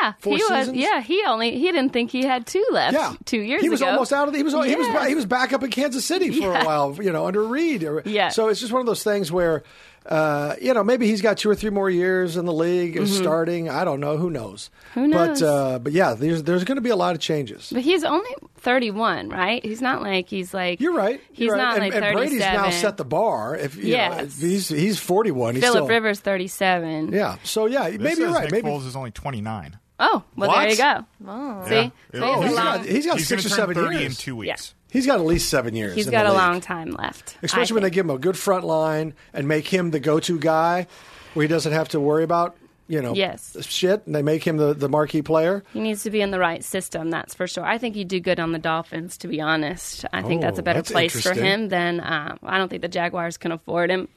yeah.
four
he was
seasons?
yeah, he only he didn't think he had two left
Yeah.
two years
He was
ago.
almost out of the, he was he was
Yes.
he was back up in Kansas City for
Yeah.
a while, you know, under Reed. Or-
Yeah.
So it's just one of those things where uh, you know, maybe he's got two or three more years in the league or starting. I don't know. Who knows? Who
Mm-hmm. knows?
But uh, but yeah, there's there's going to be a lot of changes.
But he's only 31, right? He's not like he's like
You're right.
He's
You're right.
not
and,
like
and
37.
Brady's now set the bar. If you know,
Yes.
he's he's 41. He's
Philip
still,
Rivers 37.
Yeah. So yeah,
This
maybe you're
says
right.
Nick
maybe
Foles is only 29.
Oh, well there
What?
you go.
Oh
See?
Yeah.
So
Yeah.
he's,
He's
a long,
got- he's got
gonna
six or
turn
seven
30
years.
in two weeks.
he's got at least seven years.
he's
in
got a
the league.
long time left. I
especially when they
think.
give him a good front line and make him the go-to guy, where he doesn't have to worry about you know
Yes.
shit, and they make him the, the marquee player.
He needs to be in the right system, that's for sure. I think he'd do good on the Dolphins, to be honest. I think that's a
Oh,
better
that's
place for
interesting.
him than um, I don't think the Jaguars can afford him,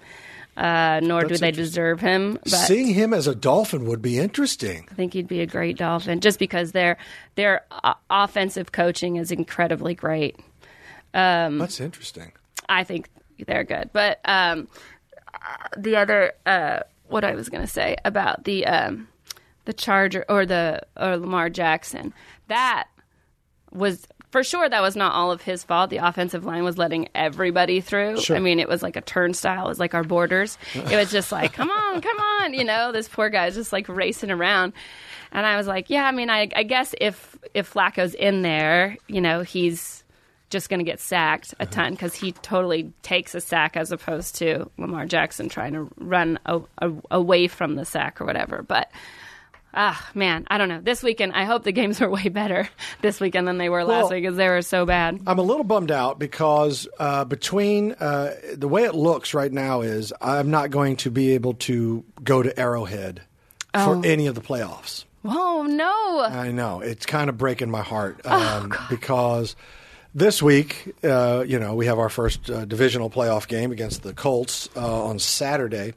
uh, nor do
That's
they
interesting.
deserve him. But
Seeing him as a Dolphin would be interesting.
I think he'd be a great Dolphin just because their their uh, offensive coaching is incredibly great. Mm.
That's interesting.
I think they're good. But um, uh, the other, uh, what I was going to say about the um, the Charger or the or Lamar Jackson, that was for sure that was not all of his fault. The offensive line was letting everybody through.
Sure.
I mean, it was like a turnstile. It was like our borders. It was just like, come on, come on. You know, this poor guy's just like racing around. And I was like, yeah, I mean, I, I guess if if Flacco's in there, you know, he's just going to get sacked a ton because he totally takes a sack as opposed to Lamar Jackson trying to run a, a, away from the sack or whatever. But ah, man, I don't know. This weekend, I hope the games were (laughs) way better this weekend than they were last
Well-
week because they were so bad.
I'm a little bummed out because uh, between uh, the way it looks right now is I'm not going to be able to go to Arrowhead for any of the playoffs.
Oh no!
I know it's kind of breaking my heart um, because this week, uh, you know, we have our first uh, divisional playoff game against the Colts uh, on Saturday.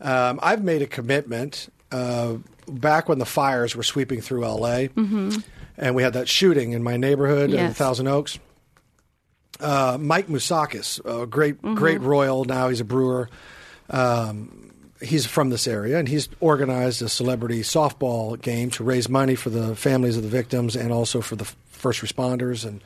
Um, I've made a commitment uh, back when the fires were sweeping through LA, and we had that shooting in my neighborhood in
Yes.
Thousand Oaks. Uh, Mike Mousakis, a great, great Royal. Now he's a brewer he's from this area and he's organized a celebrity softball game to raise money for the families of the victims and also for the f- first responders and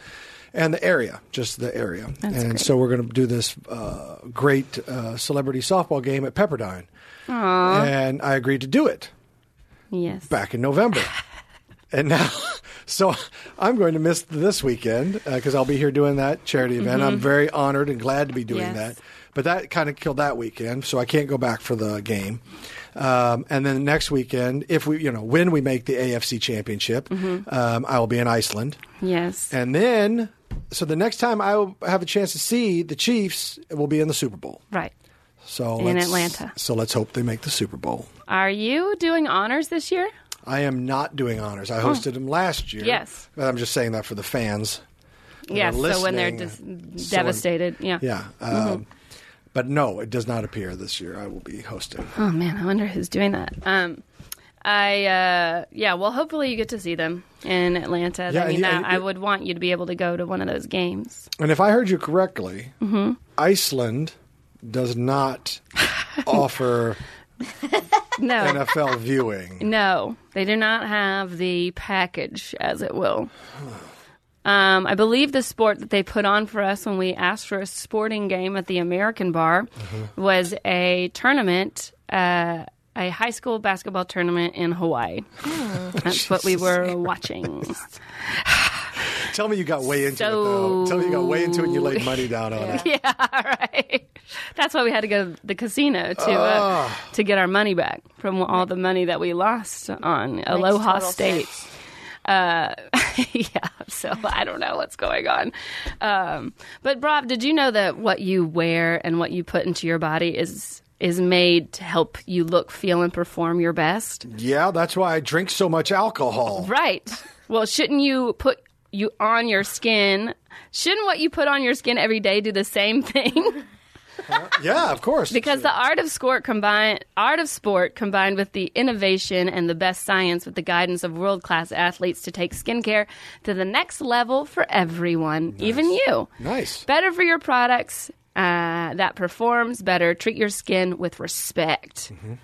and the area, just the area. and
great.
so we're going to do this uh, great uh, celebrity softball game at Pepperdine. And I agreed to do it
Yes, (laughs)
back in November. and now, (laughs) So I'm going to miss this weekend because I'll be here doing that charity event. I'm very honored and glad to be doing
Mm-hmm. Yes.
that. But that kind of killed that weekend, so I can't go back for the game. Um, and then next weekend, if we, you know, when we make the AFC championship,
Mm-hmm.
um, I will be in Iceland.
Yes.
And then, so the next time I will have a chance to see the Chiefs, it will be in the Super Bowl.
right.
So
In
let's-
Atlanta.
So let's hope they make the Super Bowl.
Are you doing honors this year?
I am not doing honors. I hosted them last year.
Oh. Yes.
but I'm just saying that for the fans. that are
Yes. So when they're just
listening, so-
devastated. yeah.
Yeah. Um,
Mm-hmm.
But no, it does not appear this year. I will be hosting.
Oh man, I wonder who's doing that. Um, I uh, yeah. Well, hopefully you get to see them in Atlanta.
Yeah,
I mean,
yeah,
that, I
yeah.
would want you to be able to go to one of those games.
And if I heard you correctly,
Mm-hmm.
Iceland does
(laughs)
not offer
No,
NFL viewing.
no, they do not have the package, as it will. Um, I believe the sport that they put on for us when we asked for a sporting game at the American Bar
Mm-hmm.
was a tournament, uh, a high school basketball tournament in Hawaii. That's what
(laughs)
we were watching.
Tell me you got way into it
So-
though. Tell me you got way into it and you laid money down on it.
Yeah, (laughs) right. That's why we had to go to the casino to uh, to get our money back from all the money that we lost on Aloha
total
State. Uh, (laughs) yeah, so I don't know what's going on. Um, but Rob, did you know that what you wear and what you put into your body is is made to help you look, feel, and perform your best?
Yeah, that's why I drink so much alcohol.
Right. Well, shouldn't you put you on your skin? Shouldn't what you put on your skin every day do the same (laughs) thing?
Yeah, of course.
because the art of sport combined art of sport combined with the innovation and the best science with the guidance of world class athletes to take skincare to the next level for everyone, even you.
Nice.
Better for your products uh, that performs better. Treat your skin with respect.
Mm-hmm.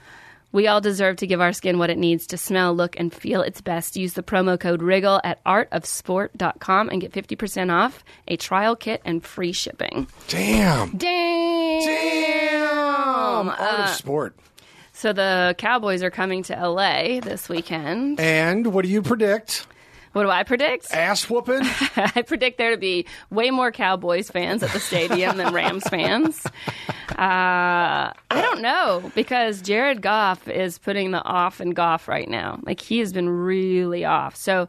We all deserve to give our skin what it needs to smell, look, and feel its best. Use the promo code WRIGGLE at artofsport.com and get 50% off a trial kit and free shipping.
Damn.
Dang!
Damn. Art
Uh,
of sport.
So the Cowboys are coming to LA this weekend.
And what do you predict?
What do I predict?
Ass whooping?
(laughs) I predict there to be way more Cowboys fans at the stadium than
(laughs)
Rams fans. Uh, I don't know because Jared Goff is putting the off and Goff right now. Like he has been really off. So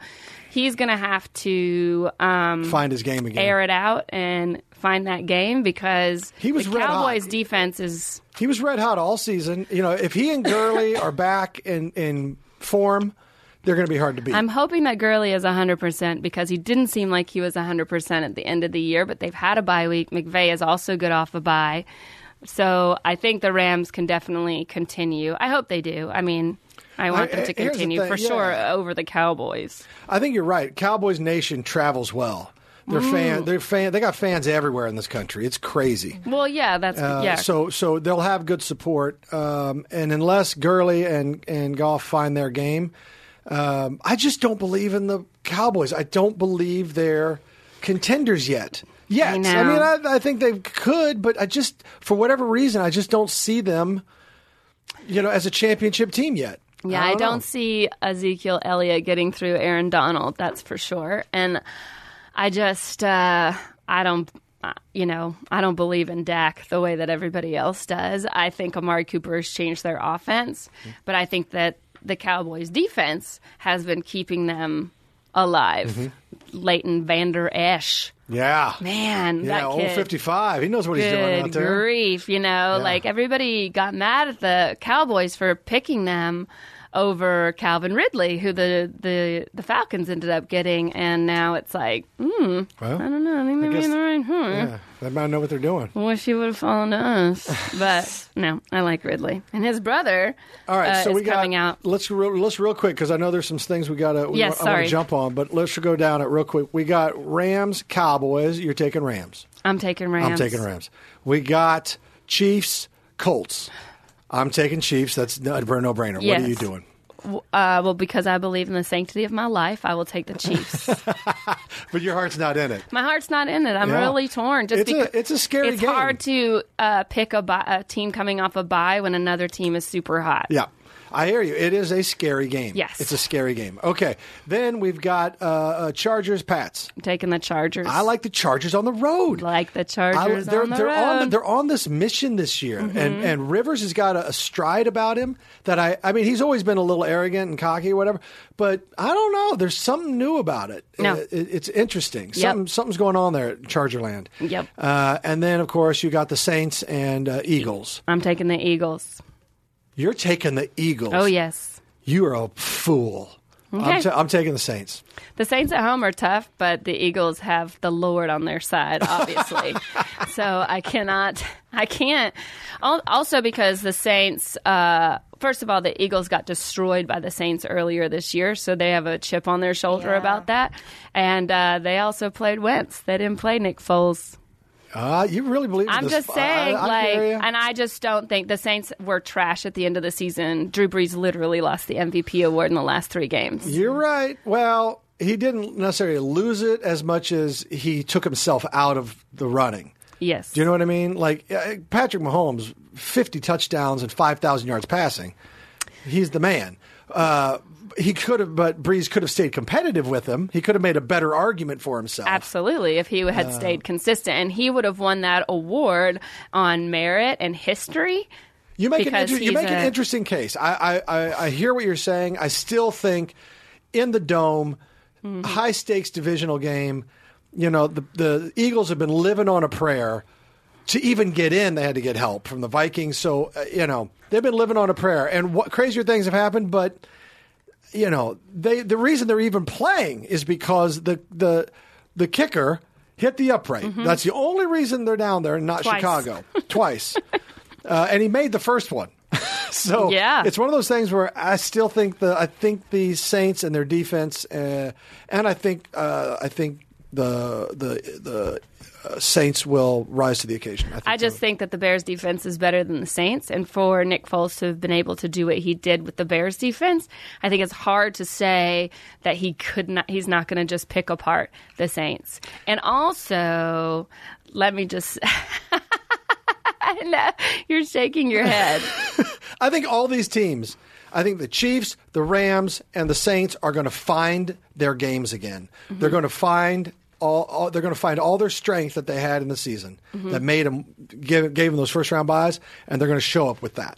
he's going to have to um,
Find his game again.
air it out and find that game because
He was
the
red hot.
Cowboys defense is
He was red hot all season. You know, if he and
(laughs)
Gurley are back in, in form, they're going to be hard to beat.
I'm hoping that Gurley is 100% because he didn't seem like he was 100% at the end of the year, but they've had a bye week. McVay is also good off a bye. So I think the Rams can definitely continue. I hope they do. I mean, I want
I-
them to
here's the
continue
thing,
for
yeah.
sure over the Cowboys.
I think you're right. Cowboys Nation travels well. They're
Mm.
fan. They're fan. They got fans everywhere in this country. It's crazy.
Well, yeah, that's
Uh,
yeah.
So so they'll have good support. Um, and unless Gurley and and Goff find their game, um, I just don't believe in the Cowboys. I don't believe they're contenders yet. Yet, I,
know.
mean, I, I think they could, but I just for whatever reason, I just don't see them. You know, as a championship team yet.
Yeah, I don't,
know.
see Ezekiel Elliott getting through Aaron Donald. That's for sure. And I just, uh, I don't, uh, you know, I don't believe in Dak the way that everybody else does. I think Amari Cooper has changed their offense, but I think that the Cowboys' defense has been keeping them alive.
Mm-hmm.
Leighton Vander Esch,
Yeah,
man,
yeah,
that
old
kid.
fifty-five. He knows what he's doing out
Good
there.
grief, you know,
Yeah.
like everybody got mad at the Cowboys for picking them over Calvin Ridley, who the the, the Falcons ended up getting, and now it's like, hmm,
Well,
I don't know, I think they
guess-
made the right. Hmm.
Yeah, they might know what they're doing.
Wish he would have fallen to
(laughs)
us, but no, I like Ridley and his brother.
All right,
uh,
so
is
we got.
coming out.
Let's real, let's real quick because I know there's some things we got to we
Yes,
wa- I wanna
sorry.
jump on, but let's go down it real quick. We got Rams, Cowboys. You're taking Rams.
I'm taking Rams.
I'm taking Rams. We got Chiefs, Colts. I'm taking Chiefs. That's no, we're a no brainer. What are
Yes.
you doing?
Uh, well, because I believe in the sanctity of my life, I will take
(laughs)
the Chiefs.
But your heart's not in it.
My heart's not in it. I'm
Yeah.
really torn. Just
It's a-
because
it's a scary
It's
game.
hard to uh, pick a, bu- a team coming off a bye when another team is super hot.
Yeah. I hear you. It is a scary game.
Yes.
It's a scary game. Okay. Then we've got uh, uh, Chargers, Pats.
I'm taking the Chargers.
I like the Chargers on the road.
like the
I-
Chargers
they're
on the
they're
road. Mm-hmm.
on they're on this mission this year, and and Rivers has got a, a stride about him that I I mean he's always been a little arrogant and cocky or whatever, but I don't know. There's something new about it.
No.
It- it- it's interesting. Something,
Yep.
something's going on there at Chargerland.
Yep.
Uh, and then of course you got the Saints and uh, Eagles.
I'm taking the Eagles.
You're taking the Eagles.
Oh yes,
You are a fool. I'm,
Okay.
ta- I'm taking the Saints.
the Saints at home are tough, but the Eagles have the Lord on their
(laughs)
side, obviously. so I cannot, I can't. Al- Also because the Saints, uh, first of all, the Eagles got destroyed by the Saints earlier this year, so they have a chip on their shoulder
Yeah.
about that. And uh, they also played Wentz. They didn't play Nick Foles.
Uh, you really believe in
I'm
this.
just
I-
saying,
I- I hear ya.
like, and I just don't think the Saints were trash at the end of the season. Drew Brees literally lost the MVP award in the last three games.
You're right. Well, he didn't necessarily lose it as much as he took himself out of the running.
Yes.
Do you know what I mean? Like uh, Patrick Mahomes, 50 touchdowns and 5,000 yards passing. He's the man. Uh, he could have, but Breeze could have stayed competitive with him. He could have made a better argument for himself.
Absolutely, if he had stayed consistent, and he would have won that award on merit and history.
You make, an,
Because
inter- you
he's
make an
a-
interesting case. I, I, I, I hear what you're saying. I still think in the dome,
Mm-hmm.
high stakes divisional game, you know, the, the Eagles have been living on a prayer. To even get in, they had to get help from the Vikings. So, uh, you know, they've been living on a prayer. And what crazier things have happened, but, you know, they the reason they're even playing is because the the, the kicker hit the upright. That's the only reason they're down there and not
Mm-hmm. Twice. (laughs)
Chicago. Twice. uh, and he made the first one. (laughs) so
Yeah.
it's one of those things where I still think the I think the Saints and their defense, uh, and I think uh, I think the the the uh, Saints will rise to the occasion. I, think
I just
so.
think that the Bears defense is better than the Saints, and for Nick Foles to have been able to do what he did with the Bears defense, I think it's hard to say that he could not. He's not going to just pick apart the Saints. And also, let me just. (laughs) I know, you're shaking your head.
I think all these teams. I think the Chiefs, the Rams, and the Saints are going to find their games again. They're going to find all, all they're going to find all their strength that they had in the season that made them give, gave them those first round buys, and they're going to show up with that.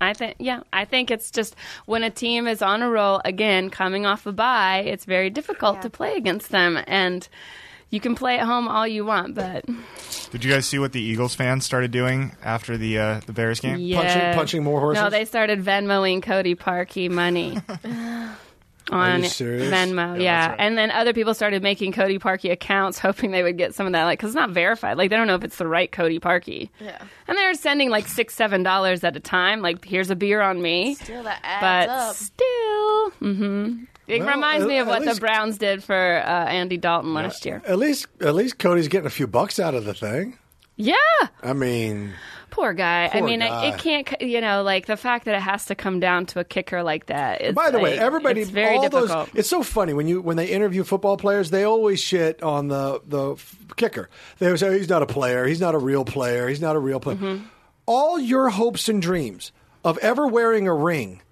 I think, yeah, I think it's just when a team is on a roll again, coming off a bye, it's very difficult to play against them, and you can play at home all you want, but
Did you guys see what the Eagles fans started doing after the uh, the Bears game?
yeah,
punching more horses?
No, they started Venmoing Cody Parkey
(laughs)
money. (gasps) On
you serious?
Venmo, yeah, and then other people started making Cody Parkey accounts, (laughs) hoping they would get some of that, like because it's not verified, like they don't know if it's the right Cody Parkey.
Yeah.
and they were sending like six, seven dollars at a time, like here's a beer on me.
Still, that adds
but
up.
still, hmm it
Well,
reminds
at-
me of
at
what
least-
the Browns did for uh, Andy Dalton last year.
At least, at least Cody's getting a few bucks out of the thing.
Yeah,
I mean,
poor guy. I
Poor
mean, it-
guy.
It, can't. c- You know, like the fact that it has to come down to a kicker like that. It's
by the way,
like-
everybody,
It's very
all
difficult.
those. It's so funny when you when they interview football players, they always shit on the the f- kicker. They always say "Oh, he's not a player, he's not a real player, he's not a real player.
Mm-hmm.
All your hopes and dreams of ever wearing a ring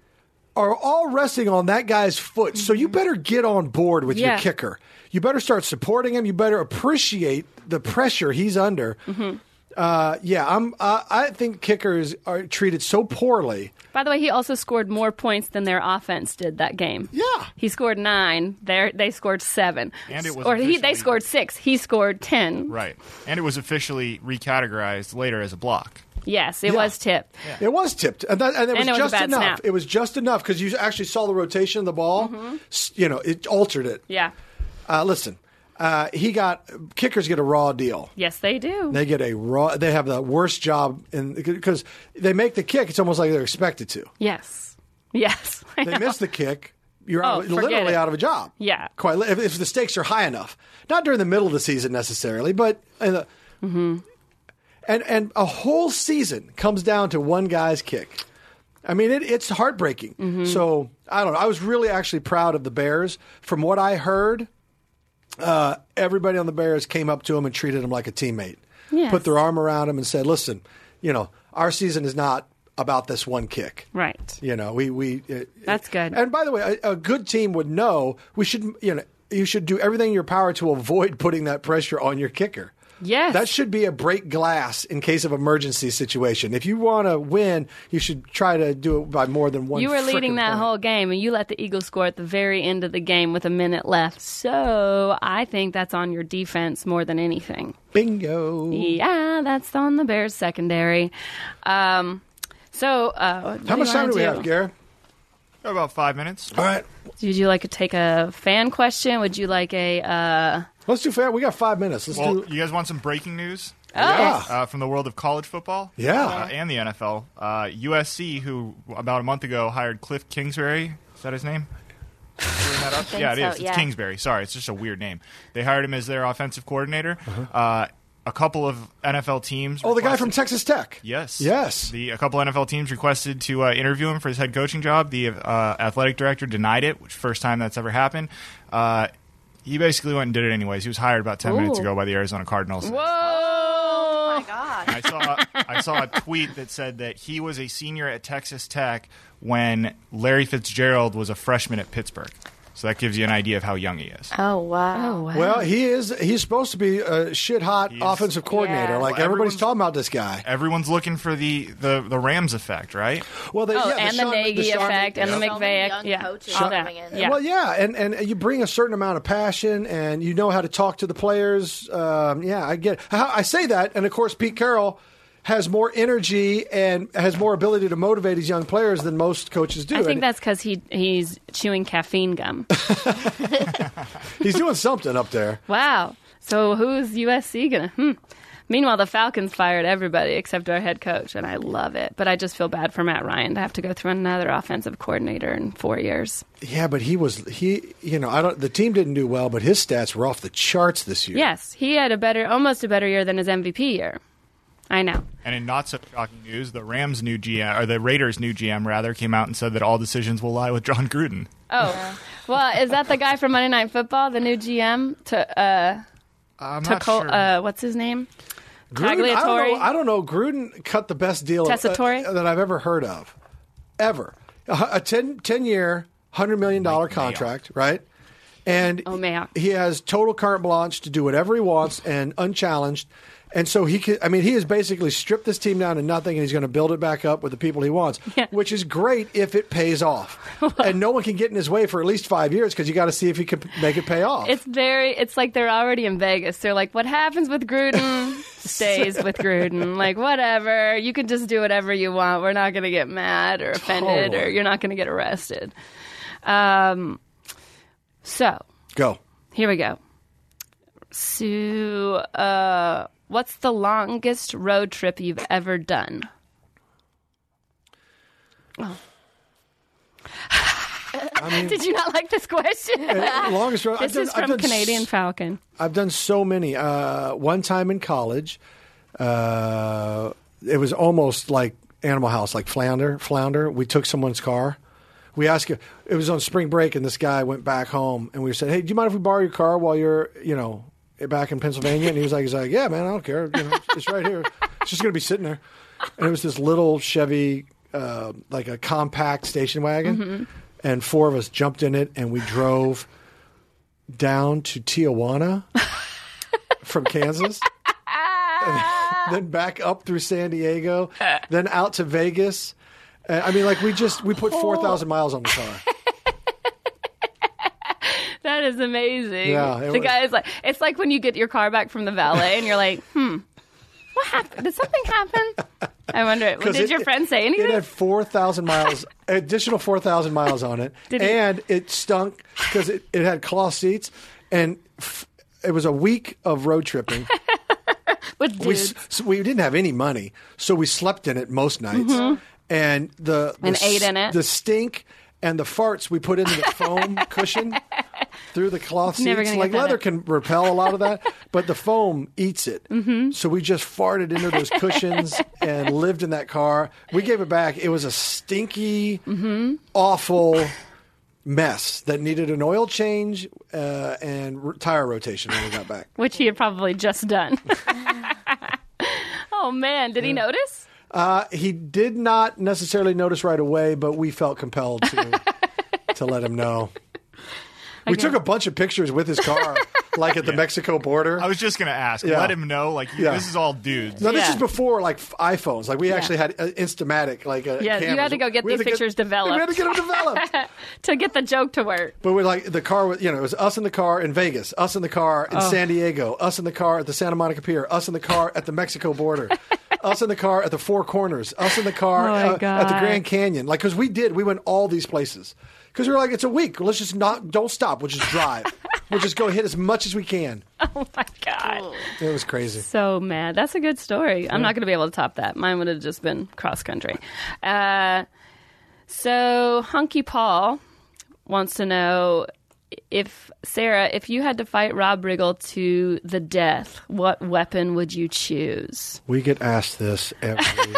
are all resting on that guy's foot. So you better get on board with your
Mm-hmm. Yeah.
kicker. You better start supporting him. You better appreciate the pressure he's under.
Mm-hmm.
Uh, yeah, I'm. Uh, I think kickers are treated so poorly.
By the way, he also scored more points than their offense did that game.
Yeah.
he scored nine. They they scored seven.
And it was
or he, they
officially-
scored six. He scored ten.
Right, and it was officially recategorized later as a block.
Yes, it
Yeah.
was tipped.
It was tipped, and, that, and it was
And it was a
just
bad
enough.
snap. Mm-hmm.
It was just enough because you actually saw the rotation of the ball. S- You know, it altered it.
Yeah.
Uh, listen, uh, he got kickers get a raw deal.
Yes, they do.
They get a raw. They have the worst job in because they make the kick. It's almost like they're expected to.
yes. (laughs) Yes. I
They
know.
miss the kick. You're
Oh,
out,
forget
literally
it.
out of a job.
Yeah.
Quite li- if, if the stakes are high enough, not during the middle of the season necessarily, but in the,
Mm-hmm.
and and a whole season comes down to one guy's kick. I mean, it, it's heartbreaking.
Mm-hmm.
So I don't know. I was really actually proud of the Bears. From what I heard, uh, everybody on the Bears came up to him and treated him like a teammate.
Yes.
Put their arm around him and said, "Listen, you know, our season is not about this one kick.
Right.
You know, we we it,
That's good.
And by the way, a, a good team would know we should you know you should do everything in your power to avoid putting that pressure on your kicker.
Yes.
That should be a break glass in case of emergency situation. If you want to win, you should try to do it by more than one.
You were leading
frickin'
that
point.
whole game, and you let the Eagles score at the very end of the game with a minute left. So I think that's on your defense more than anything.
bingo.
Yeah, that's on the Bears secondary. Um, so uh,
How much time do we have, Garrett?
About five minutes.
All right,
Would you like to take a fan question? Would you like a? Uh,
let's do fair. We got five minutes. Let's
Well,
do. Ah.
you guys want some breaking news?
Yeah.
uh, from the world of college football.
Yeah.
Uh, and the NFL. Uh, USC, who about a month ago hired Cliff Kingsbury. Is that his name?
(laughs)
Screwing that up? Yeah, it
so,
is.
yeah.
It's Kingsbury. Sorry, it's just a weird name. They hired him as their offensive coordinator. Uh, a couple of NFL teams.
Uh-huh. Oh, the guy from
requested-
Texas Tech.
Yes.
Yes.
The, a couple NFL teams requested to uh, interview him for his head coaching job. The uh, athletic director denied it, which first time that's ever happened. Uh, he basically went and did it anyways. He was hired about ten minutes
Ooh.
ago by the Arizona Cardinals.
whoa!
my God.
I saw I saw a tweet that said that he was a senior at Texas Tech when Larry Fitzgerald was a freshman at Pittsburgh. So that gives you an idea of how young he is.
Oh wow.
Oh, wow.
Well, he is. He's supposed to be a shit hot offensive coordinator.
Yeah.
Like
Well,
everybody's
everyone's-
talking about this guy.
Everyone's looking for the, the, the Rams effect, right?
Well, they,
oh,
yeah,
and the,
Sean-
Nagy
Sean-
effect, and the
Yeah. So many
McVay,
young
effect. yeah,
coaches
all that.
coming in.
yeah.
Well, yeah, and, and you bring a certain amount of passion, and you know how to talk to the players. Um, yeah, I get. How, I say that, and of course, Pete Carroll has more energy and has more ability to motivate his young players than most coaches do.
I think
And
that's because he he's chewing caffeine gum. (laughs)
he's doing something up there.
Wow. So who's USC gonna? Hmm. Meanwhile, the Falcons fired everybody except our head coach, and I love it. But I just feel bad for Matt Ryan to have to go through another offensive coordinator in four years.
Yeah, but he was he. You know, I don't. The team didn't do well, but his stats were off the charts this year.
Yes, he had a better, almost a better year than his MVP year. I know.
And in not so shocking news, the Rams new GM or the Raiders new GM rather came out and said that all decisions will lie with John Gruden.
Oh, well, is that the guy from Monday Night Football, the new GM? To uh,
I'm
to
not
Col-
sure.
uh, what's his name?
Gruden, I don't
Tagliatore.
know. I don't know. Gruden cut the best deal uh,
Tessitore?
that I've ever heard of, ever. A, a 10, 10 year, hundred million dollar contract, right? And
Oh, Mayock.
he has total carte blanche to do whatever he wants and unchallenged. And so he could, I mean, he has basically stripped this team down to nothing and he's going to build it back up with the people he wants,
Yeah.
which is great if it
(laughs)
pays off. and no one can get in his way for at least five years because you got to see if he could make it pay off.
It's very. It's like they're already in Vegas. They're like, what happens with
(laughs)
Gruden stays with Gruden. Like whatever, you can just do whatever you want. We're not going to get mad or offended, or
Totally.
you're not going to get arrested. Um, so (laughs)
Go.
here we go. So, uh, what's the longest road trip you've ever done?
I
(laughs)
mean,
Did you not like this
(laughs)
question?
longest run. I've
this
done,
is
I've
from
done
Canadian
s-
Falcon.
I've done so many. Uh, one time in college, uh, it was almost like Animal House, like flounder. Flounder. We took someone's car. We asked. It was on spring break, and this guy went back home, and we said, "Hey, do you mind if we borrow your car while you're, you know, back in Pennsylvania?" And he was like, "He's like, yeah, man, I don't care. You know, it's right here. It's just gonna be sitting there." And it was this little Chevy, uh, like a compact station wagon, and four of us jumped in it, and we drove down to Tijuana
(laughs)
from Kansas. And then back up through San Diego, then out to Vegas. Uh, I mean, like we just we put four thousand miles on the car.
(laughs) That is amazing.
Yeah, it
the
was-
guy's like, it's like when you get your car back from the valet and you're like, hmm, what happened? Did something happen? I wonder.
'Cause
Did
it-
your friend say anything?
It had four thousand miles, additional four thousand miles on it,
Did it-
and it stunk because it, it had cloth seats, and f- it was a week of road tripping.
With
we
dudes.
s- so we didn't have any money, so we slept in it most nights, and the, the
Mm-hmm. And ate in it.
The stink and the farts we put into the
(laughs)
foam cushion through the cloth
Never
seats.
gonna
Like
get that
leather
out.
can repel a lot of that, but the foam eats it.
Mm-hmm.
So we just farted into those
(laughs)
cushions and lived in that car. We gave it back. It was a stinky,
Mm-hmm.
awful. Mess that needed an oil change uh, and r tire rotation when we got back. (laughs)
Which he had probably just done. oh, man. Did he notice?
Uh, he did not necessarily notice right away, but we felt
(laughs)
compelled to to let him know. We took a bunch of pictures with
(laughs)
his car, like at the Mexico border.
I was just gonna ask.
Yeah.
Let him know, like you-
Yeah.
this is all dudes.
no, this
Yeah.
is before like f- iPhones. Like we actually had uh, Instamatic. Like uh,
Yeah, you had
cameras.
to go get
We had
these
to
pictures
(laughs) We had to get them developed.
to get the joke to work.
But we're like the car was, you know, it was us in the car in Vegas, us in the car
Oh.
in San Diego, us in the car at the Santa Monica Pier, us in the car at the
(laughs)
Mexico border, us in the car at the Four Corners, us in the car
Oh, my
uh, at the
God.
Grand Canyon. Like, because we did, we went all these places because we were like, it's a week. Let's just not, don't stop. We'll just drive. we'll just go hit as much as we can.
Oh my god.
It was crazy.
So mad. That's a good story. I'm not going to be able to top that. Mine would have just been cross country. Uh, so Hunky Paul wants to know if Sarah, if you had to fight Rob Riggle to the death, what weapon would you choose?
We get asked this every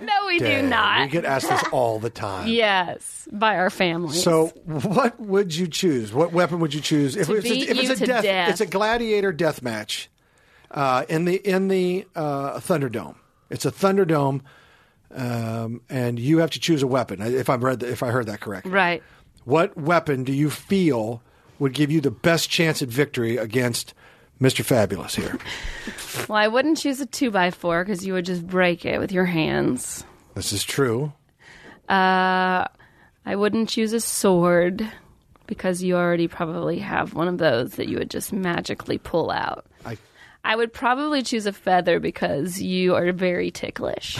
No, we (laughs)
day.
do
We
not.
get asked this all the time.
yes, by our family.
So, what would you choose? What weapon would you choose? If,
To beat
if
you
it's a
to
death,
death.
it's a gladiator death match uh, in the in the uh, Thunderdome. It's a Thunderdome, um, and you have to choose a weapon. If I read, the, if I heard that correctly,
right.
What weapon do you feel would give you the best chance at victory against Mister
(laughs)
Fabulous here?
Well, I wouldn't choose a two by four because you would just break it with your hands.
this is true.
Uh, I wouldn't choose a sword because you already probably have one of those that you would just magically pull out.
I
I would probably choose a feather because you are very ticklish.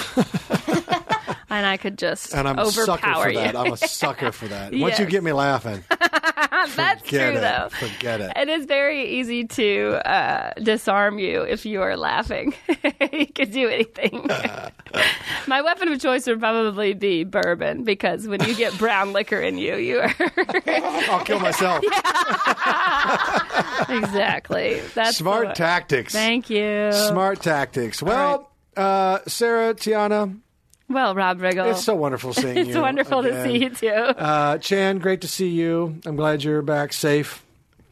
and I could just
and I'm a sucker
overpower
for
you.
that. I'm a sucker for that. Once
(laughs)
you
Yes.
get me laughing,
(laughs) That's
forget
true,
it.
though.
Forget it.
It is very easy to uh, disarm you if you are laughing. (laughs) you could do
(laughs)
anything. My weapon of choice would probably be bourbon because when you get brown liquor in you, you are. (laughs)
I'll kill
(laughs)
myself.
exactly. That's
Smart
the-
tactics.
Thank you.
Smart tactics. Well, uh, Sarah, Tiana,
Well, Rob Riggle.
it's so wonderful seeing you.
Oh. (laughs) It's wonderful to see you too.
Uh, Chan, great to see you. I'm glad you're back safe.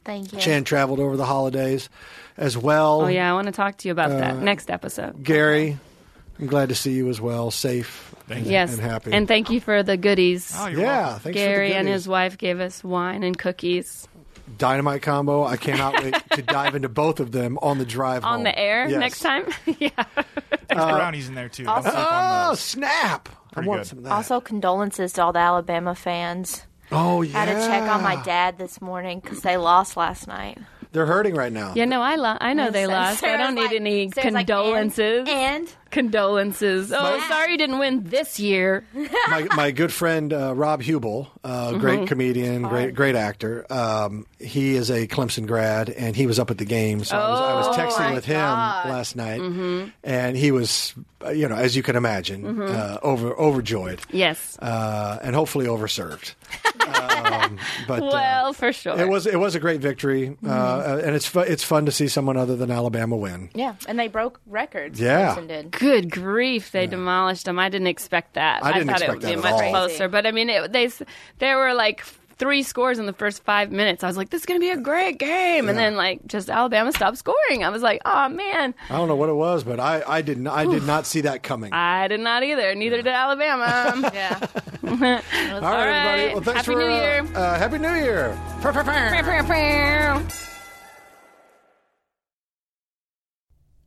Thank you.
Chan traveled over the holidays as well.
oh yeah, I want to talk to you about that next episode.
Gary, I'm glad to see you as well, safe and,
Yes,
and happy.
And thank you for the goodies.
Oh, you're
yeah,
welcome.
thanks
Gary
for the
and his
goodies.
wife gave us wine and cookies
dynamite combo. I cannot wait to dive into both of them on the drive
on
home.
the air
Yes.
next time. (laughs) yeah.
Uh,
There's brownies in there too. Don't sleep on
Oh
those.
snap! I
Pretty
want
good.
some of that.
Also, condolences to all the Alabama fans.
oh yeah.
I had to check on my dad this morning because they lost last night.
They're hurting right now.
Yeah, no, I lo- I know Oh, they lost. I
Sarah's
don't need
like-
any
Sarah's like,
condolences.
and, and
Condolences. Oh, sorry you didn't win this year.
my, my good friend uh, Rob Hubel, uh, great comedian, great great actor. Um, he is a Clemson grad, and he was up at the game, so I, was, I was texting with him last night, and he was, uh, you know, as you can imagine, uh, over overjoyed,
Yes.
uh, and hopefully overserved. um, but uh,
well, for sure.
it was it was a great victory, uh, uh, and it's fu- it's fun to see someone other than Alabama win.
Yeah, and they broke records.
Yeah.
Clemson did.
Good grief! They demolished them. I didn't expect that.
I didn't
thought
expect
it would be
that at
much
all.
closer, but I mean, it, they s- there were like three scores in the first five minutes. I was like, "This is going to be a great game," and then like just Alabama stopped scoring. I was like, "Oh man."
I don't know what it was, but I I didn't I did not see that coming.
I did not either. Neither did Alabama.
Yeah.
All right, everybody.
right.
Well,
Happy
thanks for
New
uh,
Year.
Uh, Happy New Year. Purr, purr, purr.